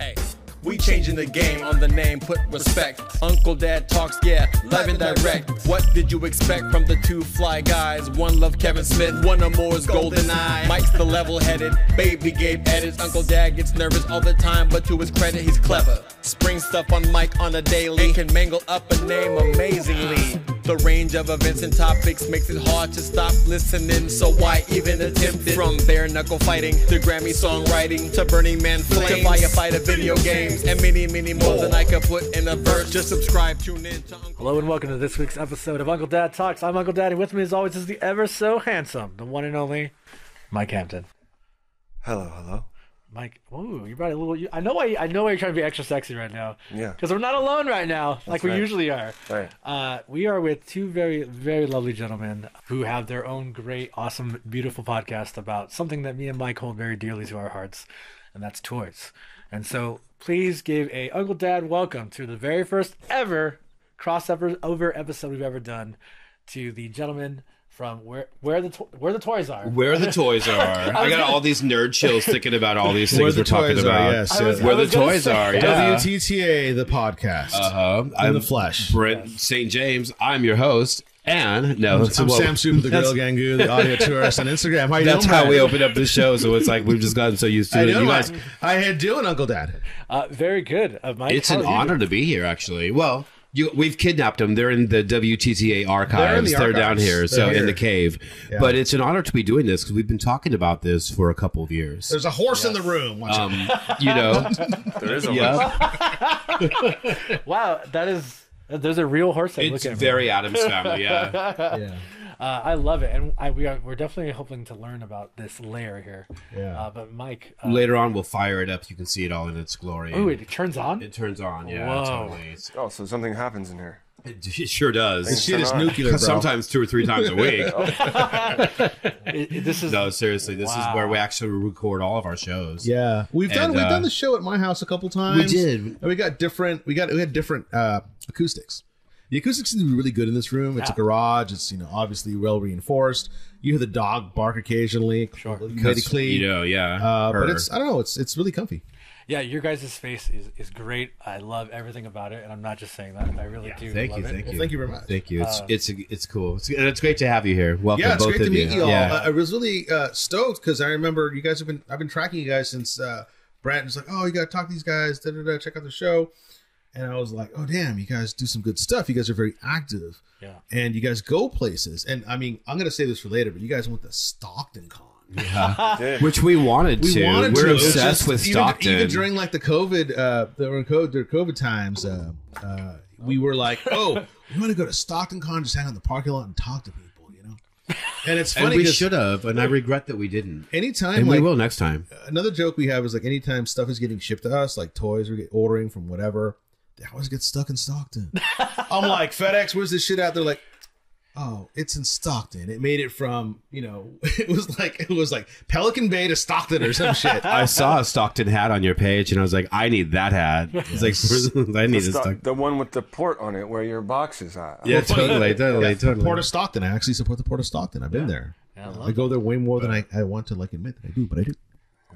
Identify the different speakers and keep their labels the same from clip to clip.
Speaker 1: Hey. We changing the game on the name, put respect. Uncle Dad talks, yeah, live and direct. What did you expect from the two fly guys? One love Kevin Smith, one of Moore's golden eye. Mike's the level-headed, baby Gabe edits. Uncle Dad gets nervous all the time, but to his credit, he's clever. Spring stuff on Mike on a daily and can mangle up a name amazingly. The range of events and topics makes it hard to stop listening, so why even attempt it? From bare knuckle fighting to Grammy songwriting to Burning Man flames to firefighter video games and many, many more than I could put in a verse. Just subscribe, tune in to Uncle.
Speaker 2: Hello and welcome to this week's episode of Uncle Dad Talks. I'm Uncle Dad, and with me, as always, is the ever so handsome, the one and only Mike Hampton.
Speaker 3: Hello, hello.
Speaker 2: Mike, ooh, you brought a little. You, I know why. I know why you're trying to be extra sexy right now.
Speaker 3: Yeah.
Speaker 2: Because we're not alone right now, like we
Speaker 3: right.
Speaker 2: usually are.
Speaker 3: Right.
Speaker 2: Uh, we are with two very, very lovely gentlemen who have their own great, awesome, beautiful podcast about something that me and Mike hold very dearly to our hearts, and that's toys. And so, please give a Uncle Dad welcome to the very first ever crossover over episode we've ever done to the gentlemen from where where the to- where the toys are.
Speaker 4: Where the toys are. I got all these nerd chills thinking about all these things we're talking about.
Speaker 2: I was-
Speaker 4: Where the
Speaker 2: gonna
Speaker 4: toys
Speaker 2: say-
Speaker 4: are. Yeah.
Speaker 5: WTTA, the podcast.
Speaker 4: Uh,
Speaker 5: in
Speaker 4: I'm
Speaker 5: the flesh.
Speaker 4: Brent St. James. I'm your host. And no,
Speaker 5: I'm
Speaker 4: well,
Speaker 5: Sam Soup, the Grill Gangu, the audio tourist on Instagram. How you
Speaker 4: That's
Speaker 5: doing,
Speaker 4: how
Speaker 5: Brad?
Speaker 4: we open up the show. So it's like we've just gotten so used to
Speaker 5: I
Speaker 4: it.
Speaker 5: know,
Speaker 4: You
Speaker 5: Mike.
Speaker 4: guys,
Speaker 5: I had doing Uncle Dad.
Speaker 2: Uh, very good, uh, Mike.
Speaker 4: it's
Speaker 2: how
Speaker 4: an
Speaker 2: are you?
Speaker 4: honor to be here, actually. Well, you, we've kidnapped them. They're in the WTTA archives. They're,
Speaker 5: archives.
Speaker 4: down here,
Speaker 5: They're
Speaker 4: so in
Speaker 5: here.
Speaker 4: the cave.
Speaker 5: Yeah.
Speaker 4: But it's an honor to be doing this because we've been talking about this for a couple of years.
Speaker 5: There's a horse in the room. Watch out.
Speaker 4: um, you know,
Speaker 3: There is a
Speaker 4: yeah.
Speaker 2: Wow, that is there's a real horse. head.
Speaker 4: It's
Speaker 2: Look at
Speaker 4: very Adams family, yeah.
Speaker 5: yeah.
Speaker 2: Uh, I love it, and I, we are we're definitely hoping to learn about this layer here.
Speaker 5: Yeah.
Speaker 2: Uh, but Mike, uh,
Speaker 4: Later on, we'll fire it up. You can see it all in its glory.
Speaker 2: ooh, it turns on.
Speaker 4: It turns on, yeah,
Speaker 2: Whoa.
Speaker 4: totally. It's-
Speaker 3: Oh, so something happens in here.
Speaker 4: It, it sure does.
Speaker 5: Shit is nuclear, bro. Oh.
Speaker 4: Sometimes two or three times a week.
Speaker 2: It- it- this is
Speaker 4: no, seriously, this
Speaker 2: Wow.
Speaker 4: is where we actually record all of our shows.
Speaker 5: Yeah, we've done
Speaker 4: And,
Speaker 5: we've
Speaker 4: uh,
Speaker 5: done the show at my house a couple times.
Speaker 4: did.
Speaker 5: And we got different. We got we had different uh, acoustics. The acoustics seem to be really good in this room. It's a garage. It's you know obviously well reinforced. You hear the dog bark occasionally. Sure, medically.
Speaker 4: You know, yeah.
Speaker 5: uh, but
Speaker 4: her.
Speaker 5: it's I don't know. It's it's really comfy.
Speaker 2: yeah. Your guys' face is, is great. I love everything about it, and I'm not just saying that. I really do.
Speaker 4: Thank
Speaker 2: love
Speaker 4: you,
Speaker 2: it.
Speaker 4: thank you,
Speaker 5: thank you very much.
Speaker 4: Thank you. It's it's it's cool. It's, and it's great to have you here. Welcome,
Speaker 5: Yeah, it's
Speaker 4: both
Speaker 5: great to
Speaker 4: of
Speaker 5: meet you, all.
Speaker 4: Yeah.
Speaker 5: I, I was really uh, stoked because I remember you guys have been I've been tracking you guys since uh, Brad was like, oh, you got to talk to these guys, da da da, check out the show, and I was like, oh damn, you guys do some good stuff. You guys are very active,
Speaker 2: Yeah.
Speaker 5: and you guys go places. And I mean, I'm gonna say this for later, but you guys went to Stockton Con.
Speaker 4: Which we wanted
Speaker 5: uh, We
Speaker 4: to.
Speaker 5: wanted
Speaker 4: We're
Speaker 5: to. It was
Speaker 4: obsessed
Speaker 5: just-
Speaker 4: with
Speaker 5: even-
Speaker 4: Stockton.
Speaker 5: Even, during like the COVID, uh, there were COVID, there were COVID times. Uh, uh, we were like, oh, we want to go to Stockton Con, just hang out in the parking lot and talk to people, you know. And it's
Speaker 4: and
Speaker 5: funny
Speaker 4: we
Speaker 5: 'cause
Speaker 4: should have, and I regret that we didn't.
Speaker 5: anytime
Speaker 4: And
Speaker 5: like
Speaker 4: we will next time.
Speaker 5: another joke we have is like anytime stuff is getting shipped to us, like toys we're get- ordering from whatever, they always get stuck in Stockton. I'm like FedEx, where's this shit at? They're like, oh, it's in Stockton. It made it from you know, it was like it was like Pelican Bay to Stockton or some shit.
Speaker 4: I saw a Stockton hat on your page, and I was like, I need that hat. It's like I need a
Speaker 3: Sto-
Speaker 4: Stockton.
Speaker 3: the one with the port on it where your box is at.
Speaker 4: Yeah, totally, totally, totally.
Speaker 5: Port of Stockton. I actually support the Port of Stockton. I've been there.
Speaker 2: Yeah, I love
Speaker 5: I go there way more than I, I want to like admit that I do, but I do.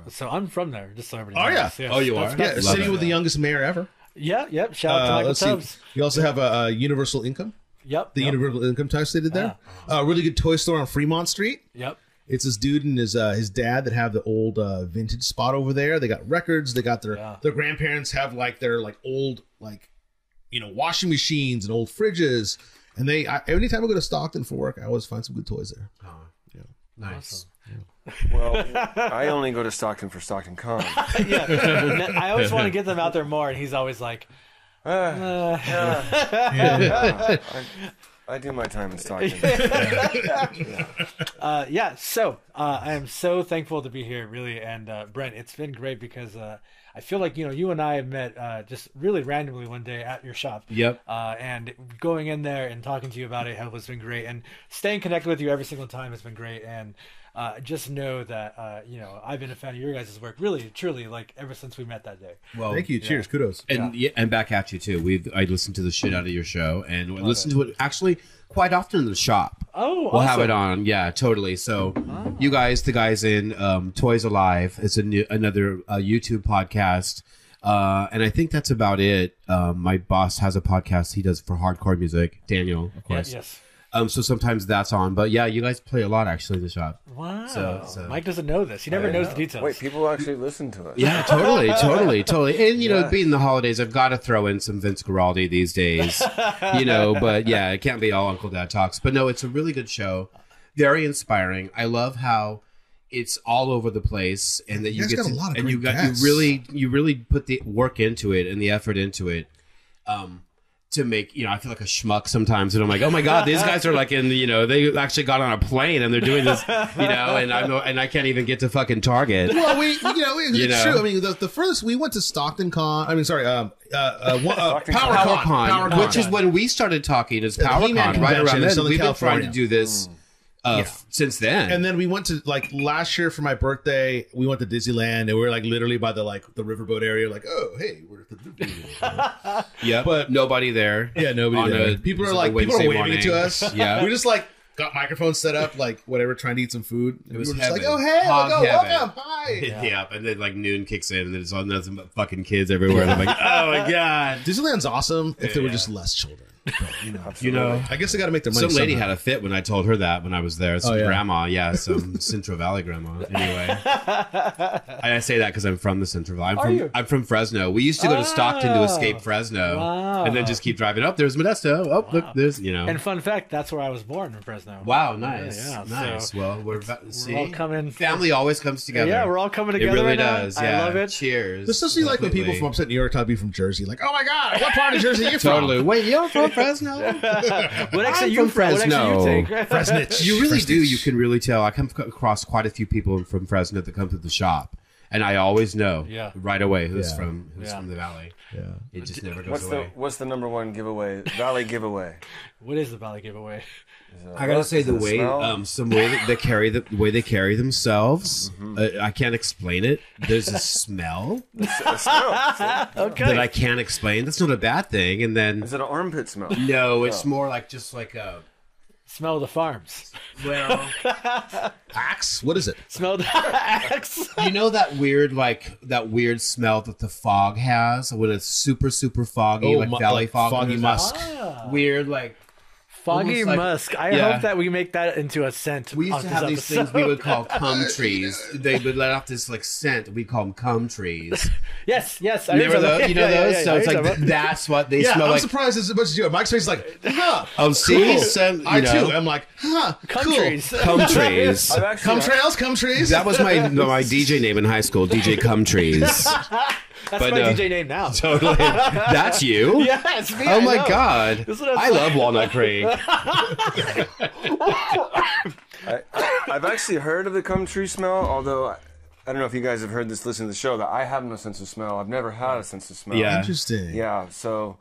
Speaker 2: So I'm from there, just so everybody.
Speaker 5: Oh,
Speaker 2: knows.
Speaker 5: yeah.
Speaker 2: Yes,
Speaker 4: Oh, you
Speaker 2: that's-
Speaker 4: are?
Speaker 5: Yeah,
Speaker 2: that's-
Speaker 5: a
Speaker 4: Love
Speaker 5: city
Speaker 4: it.
Speaker 5: with the youngest mayor ever.
Speaker 2: Yeah. Yep. Shout out to
Speaker 5: Uh,
Speaker 2: Michael
Speaker 5: let's see.
Speaker 2: Tubbs.
Speaker 5: You also have a, uh universal income.
Speaker 2: Yep.
Speaker 5: The
Speaker 2: yep,
Speaker 5: universal income tax they did there.
Speaker 4: Ah.
Speaker 5: A really good toy store on Fremont Street.
Speaker 2: Yep.
Speaker 5: It's this dude and his uh, his dad that have the old uh, vintage spot over there. They got records. They got their
Speaker 2: Yeah.
Speaker 5: their grandparents have like their like old like you know washing machines and old fridges. And they I, anytime I go to Stockton for work, I always find some good toys there.
Speaker 4: Oh, Nice.
Speaker 3: Well, I only go to Stockton for Stockton Con. Uh,
Speaker 2: yeah. I always want to get them out there more, and he's always like, "Uh,
Speaker 3: I do my time in Stockton.
Speaker 2: Uh, yeah, so uh, I am so thankful to be here, really. And uh, Brent, it's been great because uh, I feel like you know you and I have met uh, just really randomly one day at your shop.
Speaker 4: Yep.
Speaker 2: Uh, and going in there and talking to you about it has been great, and staying connected with you every single time has been great. And uh, just know that uh, you know I've been a fan of your guys' work, really, truly, like ever since we met that day.
Speaker 4: Well,
Speaker 5: Thank you. Cheers. Kudos.
Speaker 4: And yeah. and back at you too. We I listened to the shit out of your show, and I listened to it actually quite often in the shop.
Speaker 2: Oh,
Speaker 4: We'll have
Speaker 2: awesome.
Speaker 4: it on, yeah, totally. So, you guys, the guys in um, Toys Alive, it's a new, another uh, YouTube podcast. Uh, and I think that's about it. Um, my boss has a podcast he does for hardcore music, Daniel, of course.
Speaker 2: Yes.
Speaker 4: Um, so sometimes that's on. But yeah, you guys play a lot actually in the shop.
Speaker 2: Wow.
Speaker 4: So- so-
Speaker 2: Mike doesn't know this. He never knows the details.
Speaker 3: Wait, people actually listen to us.
Speaker 4: Yeah, totally, totally, totally. And you know, being the holidays, I've got to throw in some Vince Guaraldi these days. you know, but yeah, it can't be all Uncle Dad talks. But no, it's a really good show, very inspiring. I love how it's all over the place, and that you
Speaker 5: guys
Speaker 4: get
Speaker 5: got
Speaker 4: to-
Speaker 5: a lot of
Speaker 4: and you
Speaker 5: great
Speaker 4: got
Speaker 5: guests.
Speaker 4: you really you really put the work into it and the effort into it. Um, to make you know, I feel like a schmuck sometimes, and I'm like, oh my god, these guys are like in you know, they actually got on a plane and they're doing this, you know, and I'm and I can't even get to fucking Target.
Speaker 5: Well, we, you know, it- it's
Speaker 4: You know?
Speaker 5: true. I mean, the, the furthest we went to Stockton Con, I mean, sorry, um, uh, uh, one- uh,
Speaker 3: Stockton
Speaker 5: Power
Speaker 3: Con.
Speaker 5: Con,
Speaker 4: PowerCon,
Speaker 5: Power Con.
Speaker 4: which is when we started talking is
Speaker 5: the
Speaker 4: PowerCon,
Speaker 5: He-Man
Speaker 4: right
Speaker 5: convention
Speaker 4: around
Speaker 5: in
Speaker 4: then.
Speaker 5: Southern
Speaker 4: We've been trying
Speaker 5: California.
Speaker 4: to do this uh, f- since then.
Speaker 5: And then we went to like last year for my birthday. We went to Disneyland, and we were like literally by the like the riverboat area. Like, oh hey, we're at the riverboat.
Speaker 4: yeah, but nobody there.
Speaker 5: yeah,
Speaker 4: On
Speaker 5: nobody.
Speaker 4: a-
Speaker 5: There. People
Speaker 4: it's
Speaker 5: are
Speaker 4: like
Speaker 5: like
Speaker 4: a
Speaker 5: people are
Speaker 4: Wednesday
Speaker 5: waving
Speaker 4: morning.
Speaker 5: to us.
Speaker 4: Yeah.
Speaker 5: we just like got microphones set up, like whatever, trying to eat some food. And
Speaker 4: was
Speaker 5: we were just like,
Speaker 4: heaven.
Speaker 5: oh hey,
Speaker 4: Hog
Speaker 5: welcome,
Speaker 4: heaven.
Speaker 5: welcome, hi.
Speaker 4: Yeah. and then like noon kicks in, and there's all nothing but fucking kids everywhere. And I'm like, oh my god,
Speaker 5: Disneyland's awesome if there were just less children. But, you know,
Speaker 4: you know.
Speaker 5: I guess they got to make their money.
Speaker 4: Some lady
Speaker 5: somehow.
Speaker 4: had a fit when I told her that when I was there. Some
Speaker 5: Oh, yeah.
Speaker 4: grandma, yeah, some Central Valley grandma. Anyway, I say that because I'm from the Central Valley. I'm
Speaker 2: Are
Speaker 4: from
Speaker 2: you?
Speaker 4: I'm from Fresno. We used to go to Stockton to
Speaker 2: Oh.
Speaker 4: escape Fresno,
Speaker 2: Wow.
Speaker 4: and then just keep driving up. There's Modesto. Oh, look, there's you know.
Speaker 2: And fun fact, that's where I was born in Fresno.
Speaker 4: Wow, nice,
Speaker 2: yeah,
Speaker 4: nice.
Speaker 2: so
Speaker 4: well, we're about to see.
Speaker 2: all coming-
Speaker 4: Family always comes together.
Speaker 2: Yeah, we're all coming
Speaker 4: It
Speaker 2: together.
Speaker 4: really
Speaker 2: right now.
Speaker 4: does.
Speaker 2: I
Speaker 4: Yeah.
Speaker 2: love it.
Speaker 4: Cheers.
Speaker 5: This is like when people
Speaker 4: Completely.
Speaker 5: from upstate New York tell you from Jersey, like, oh my god, what part of Jersey are you from?
Speaker 4: Totally. Wait, you're from Fresno?
Speaker 2: What exit
Speaker 4: I'm
Speaker 2: you
Speaker 4: from
Speaker 2: What exit
Speaker 4: Fresno.
Speaker 2: you take?
Speaker 5: Fresnitch.
Speaker 4: you really do.
Speaker 5: Fresnitch.
Speaker 4: You can really tell. I come ac- across quite a few people from Fresno that come to the shop, and I always know
Speaker 2: Yeah.
Speaker 4: right away who's
Speaker 5: Yeah.
Speaker 4: from who's
Speaker 2: Yeah.
Speaker 4: from the valley.
Speaker 5: Yeah.
Speaker 4: It just never goes
Speaker 3: What's the
Speaker 4: away.
Speaker 3: What's the number one giveaway? Valley giveaway.
Speaker 2: what is the Valley giveaway?
Speaker 4: I gotta say the
Speaker 3: Is it
Speaker 4: way,
Speaker 3: smell?
Speaker 4: um, some way that they carry the, the way they carry themselves.
Speaker 3: Mm-hmm.
Speaker 4: Uh, I can't explain it. There's a smell
Speaker 3: A smell.
Speaker 2: Okay.
Speaker 4: that I can't explain. That's not a bad thing. And then
Speaker 3: Is it an armpit smell?
Speaker 4: No, it's more like just like a
Speaker 2: Smell the farms.
Speaker 4: well,
Speaker 5: Axe? What is it?
Speaker 2: Smell the axe.
Speaker 4: you know that weird like that weird smell that the fog has when it's super super
Speaker 2: Oh,
Speaker 4: foggy, like
Speaker 5: mu-
Speaker 4: valley
Speaker 5: like
Speaker 2: uh,
Speaker 4: fog,
Speaker 5: foggy
Speaker 4: There's
Speaker 5: musk.
Speaker 4: that Weird like
Speaker 2: Foggy
Speaker 4: Almost like-
Speaker 2: musk. I
Speaker 4: Yeah.
Speaker 2: hope that we make that into a scent.
Speaker 4: we used
Speaker 2: on
Speaker 4: to
Speaker 2: this
Speaker 4: have these
Speaker 2: episode.
Speaker 4: things we would call cum trees. They would let off this like scent. We call them cum trees.
Speaker 2: Yes, yes. I
Speaker 4: You know
Speaker 2: remember
Speaker 4: those?
Speaker 2: that.
Speaker 4: You
Speaker 2: Yeah,
Speaker 4: know
Speaker 2: yeah,
Speaker 4: those?
Speaker 2: yeah,
Speaker 4: so
Speaker 2: I
Speaker 4: it's like
Speaker 2: remember.
Speaker 4: th- that's what they
Speaker 5: Yeah,
Speaker 4: smell
Speaker 5: I'm
Speaker 4: like.
Speaker 5: surprised as much as you. are. Mike's face is like, huh.
Speaker 4: Oh, see,
Speaker 5: cool.
Speaker 4: So, you
Speaker 5: I
Speaker 4: know,
Speaker 5: too. I'm like, huh.
Speaker 2: countries.
Speaker 5: Cool.
Speaker 4: cum trees.
Speaker 3: I've actually,
Speaker 5: Come trails, come trees.
Speaker 4: That was my my DJ name in high school, DJ Cum Trees.
Speaker 2: That's
Speaker 4: But,
Speaker 2: my
Speaker 4: uh,
Speaker 2: DJ name now.
Speaker 4: totally. That's you.
Speaker 2: yes, me, I
Speaker 4: Oh my
Speaker 2: know.
Speaker 4: god!
Speaker 2: is what I was
Speaker 4: I love Walnut Creek.
Speaker 3: I, have actually heard of the cum tree smell, although I, I don't know if you guys have heard this. Listen to the show that I have no sense of smell. I've never had a sense of smell.
Speaker 4: Yeah.
Speaker 5: Interesting.
Speaker 3: Yeah. So,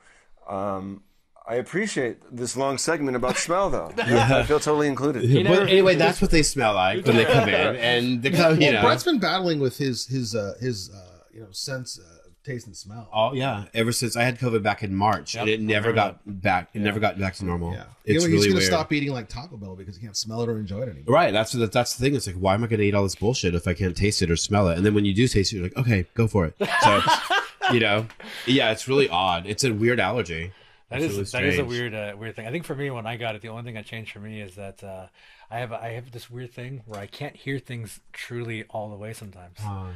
Speaker 3: um, I appreciate this long segment about smell, though. I feel totally included.
Speaker 4: but anyway, that's what they smell like when they come in, and they come, you
Speaker 5: Well,
Speaker 4: know.
Speaker 5: Brett's been battling with his his uh, his uh, you know sense uh, of taste and smell.
Speaker 4: Oh yeah! Ever since I had COVID back in March, and it never got back. It never got back to normal.
Speaker 5: yeah, you
Speaker 4: It's
Speaker 5: know, he's
Speaker 4: really
Speaker 5: gonna
Speaker 4: weird.
Speaker 5: stop eating like Taco Bell because he can't smell it or enjoy it anymore.
Speaker 4: Right. That's the, that's the thing. It's like, why am I going to eat all this bullshit if I can't taste it or smell it? And then when you do taste it, you're like, okay, go for it. So, you know, yeah, it's really odd. It's a weird allergy.
Speaker 2: That
Speaker 4: It's
Speaker 2: is
Speaker 4: really
Speaker 2: that is a
Speaker 4: strange.
Speaker 2: weird uh, weird thing. I think for me, when I got it, the only thing that changed for me is that uh, I have I have this weird thing where I can't hear things truly all the way sometimes.
Speaker 4: Oh.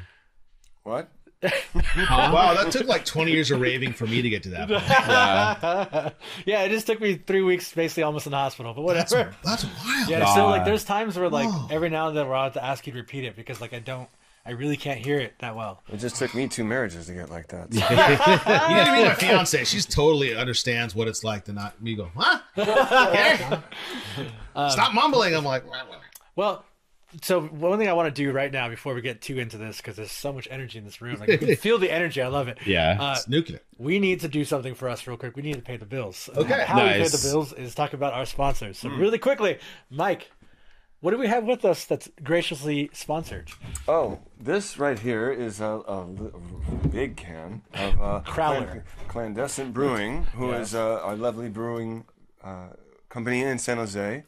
Speaker 3: What?
Speaker 5: Wow, that took like 20 years of raving for me to get to that. Point.
Speaker 2: yeah, it just took me three weeks, basically almost in the hospital, but
Speaker 5: That's
Speaker 2: whatever.
Speaker 5: that's wild.
Speaker 2: Yeah, so like there's times where like
Speaker 5: Whoa.
Speaker 2: every now and then where I have to ask you to repeat it because like I don't, I really can't hear it that well.
Speaker 3: It just took me two marriages to get like that. So.
Speaker 5: You didn't meet my fiance. She's totally understands what it's like to not me go, huh? Okay.
Speaker 2: Um,
Speaker 5: Stop mumbling. I'm like, "Wah, wah."
Speaker 2: Well, so one thing I want to do right now before we get too into this because there's so much energy in this room, like, you can feel the energy. I love it.
Speaker 4: Yeah.
Speaker 2: Uh,
Speaker 5: it's nuclear.
Speaker 2: we need to do something for us real quick. We need to pay the bills. Uh,
Speaker 5: Okay.
Speaker 2: How we pay
Speaker 4: Nice.
Speaker 2: the bills is talk about our sponsors. So really quickly, Mike, what do we have with us that's graciously sponsored?
Speaker 3: Oh, this right here is a, a li- a big can of uh,
Speaker 2: Crowler.
Speaker 3: clan- Clandestine Brewing, who is uh, a lovely brewing uh, company in San Jose.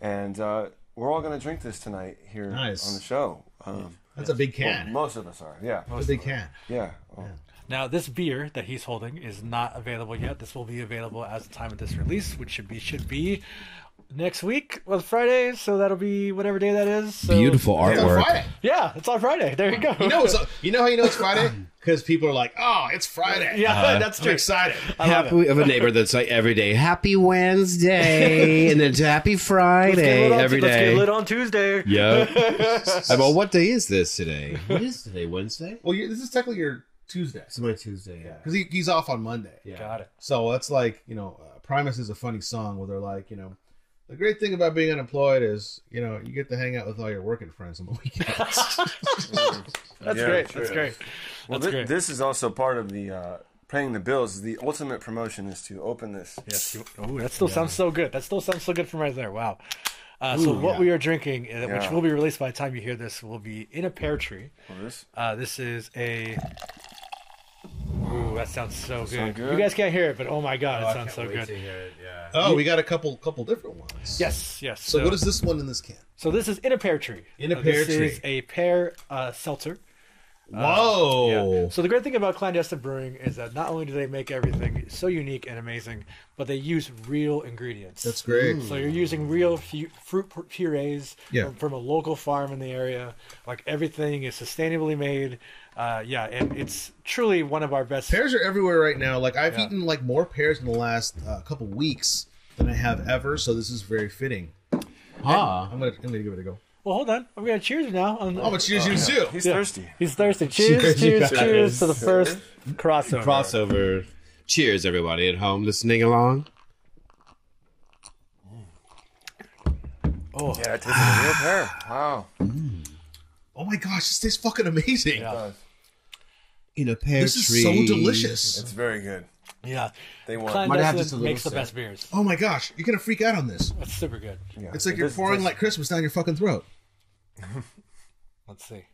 Speaker 3: And uh, we're all going to drink this tonight here
Speaker 5: Nice.
Speaker 3: on the show. Um,
Speaker 5: That's a big
Speaker 3: well,
Speaker 5: can.
Speaker 3: most of us are, yeah.
Speaker 5: That's a big can.
Speaker 3: Yeah. Oh,
Speaker 2: Now, this beer that he's holding is not available yet. This will be available as the time of this release, which should be should be next week on Friday. So that'll be whatever day that is. So,
Speaker 4: Beautiful
Speaker 5: It's on
Speaker 4: artwork.
Speaker 5: Friday.
Speaker 2: Yeah, it's on Friday. There you go.
Speaker 5: You know, it's, you know how you know it's Friday? Because people are like, "Oh, it's Friday."
Speaker 2: yeah,
Speaker 4: Uh-huh.
Speaker 2: that's
Speaker 5: I'm
Speaker 2: true. Uh,
Speaker 5: excited.
Speaker 2: I love it.
Speaker 4: Happy, of a neighbor that's like every day, happy Wednesday, and then it's happy
Speaker 2: Let's get
Speaker 4: Friday
Speaker 2: lit on-
Speaker 4: every
Speaker 2: Let's get lit
Speaker 4: day.
Speaker 2: on Tuesday.
Speaker 4: Yeah. well, what day is this today? What is today? Wednesday.
Speaker 5: Well, you this is technically your Tuesday
Speaker 4: It's my Tuesday.
Speaker 5: because he, he's off on Monday.
Speaker 4: Yeah.
Speaker 2: Got it.
Speaker 5: So that's like you know, uh, Primus is a funny song where they're like, you know, the great thing about being unemployed is you know you get to hang out with all your working friends on the weekends.
Speaker 2: That's
Speaker 3: Yeah,
Speaker 2: great.
Speaker 3: true.
Speaker 2: That's great.
Speaker 3: Well,
Speaker 2: That's
Speaker 3: thi-
Speaker 2: great.
Speaker 3: this is also part of the uh, paying the bills. The ultimate promotion is to open this.
Speaker 2: Yes. you- Ooh, that still sounds so good. That still sounds so good from right there. Wow. Uh, so what we are drinking, uh, which
Speaker 3: Yeah.
Speaker 2: will be released by the time you hear this, will be in a pear tree.
Speaker 3: Well, this-
Speaker 2: Uh, this is a. Ooh, that sounds so good.
Speaker 3: sound good?
Speaker 2: You guys can't hear it, but oh my god, it sounds so good.
Speaker 5: oh, we got a couple couple different ones.
Speaker 2: Yes, yes.
Speaker 5: So what is this one in this can?
Speaker 2: So this is in a pear tree.
Speaker 5: In a
Speaker 2: Uh, this
Speaker 5: pear
Speaker 2: is a pear uh, seltzer.
Speaker 5: Whoa!
Speaker 2: So the great thing about clandestine brewing is that not only do they make everything so unique and amazing, but they use real ingredients.
Speaker 5: That's great.
Speaker 2: So you're using real fu- fruit pu- purees
Speaker 5: Yeah.
Speaker 2: from, from a local farm in the area. Like everything is sustainably made. Uh, yeah, and it's truly one of our best.
Speaker 5: Pears are everywhere right now. Like I've
Speaker 2: Yeah.
Speaker 5: eaten like more pears in the last uh, couple weeks than I have ever, so this is very fitting.
Speaker 4: Huh.
Speaker 5: I'm gonna I'm gonna give it a go.
Speaker 2: Well, hold on, I'm gonna cheers now. On the-
Speaker 5: Oh, but cheers you too.
Speaker 3: He's
Speaker 2: Yeah.
Speaker 3: thirsty.
Speaker 2: He's thirsty. Cheers,
Speaker 5: Cheers, you
Speaker 2: cheers,
Speaker 5: guys.
Speaker 2: cheers to the first crossover.
Speaker 4: Crossover. Cheers, everybody at home listening along.
Speaker 2: Oh,
Speaker 3: Yeah, it tastes like a real pear. Wow.
Speaker 5: Oh my gosh, this tastes fucking amazing.
Speaker 2: Yeah.
Speaker 4: In a pear
Speaker 5: This is so delicious.
Speaker 3: It's very good.
Speaker 2: yeah.
Speaker 3: They won.
Speaker 4: Might have just a
Speaker 2: Clandestine
Speaker 4: little
Speaker 2: makes the
Speaker 4: sip.
Speaker 2: best beers.
Speaker 5: Oh my gosh, you're gonna freak out on this.
Speaker 2: That's super good.
Speaker 3: Yeah.
Speaker 5: It's like you're
Speaker 3: This-
Speaker 5: pouring
Speaker 3: this-
Speaker 5: like Christmas down your fucking throat.
Speaker 2: Let's see.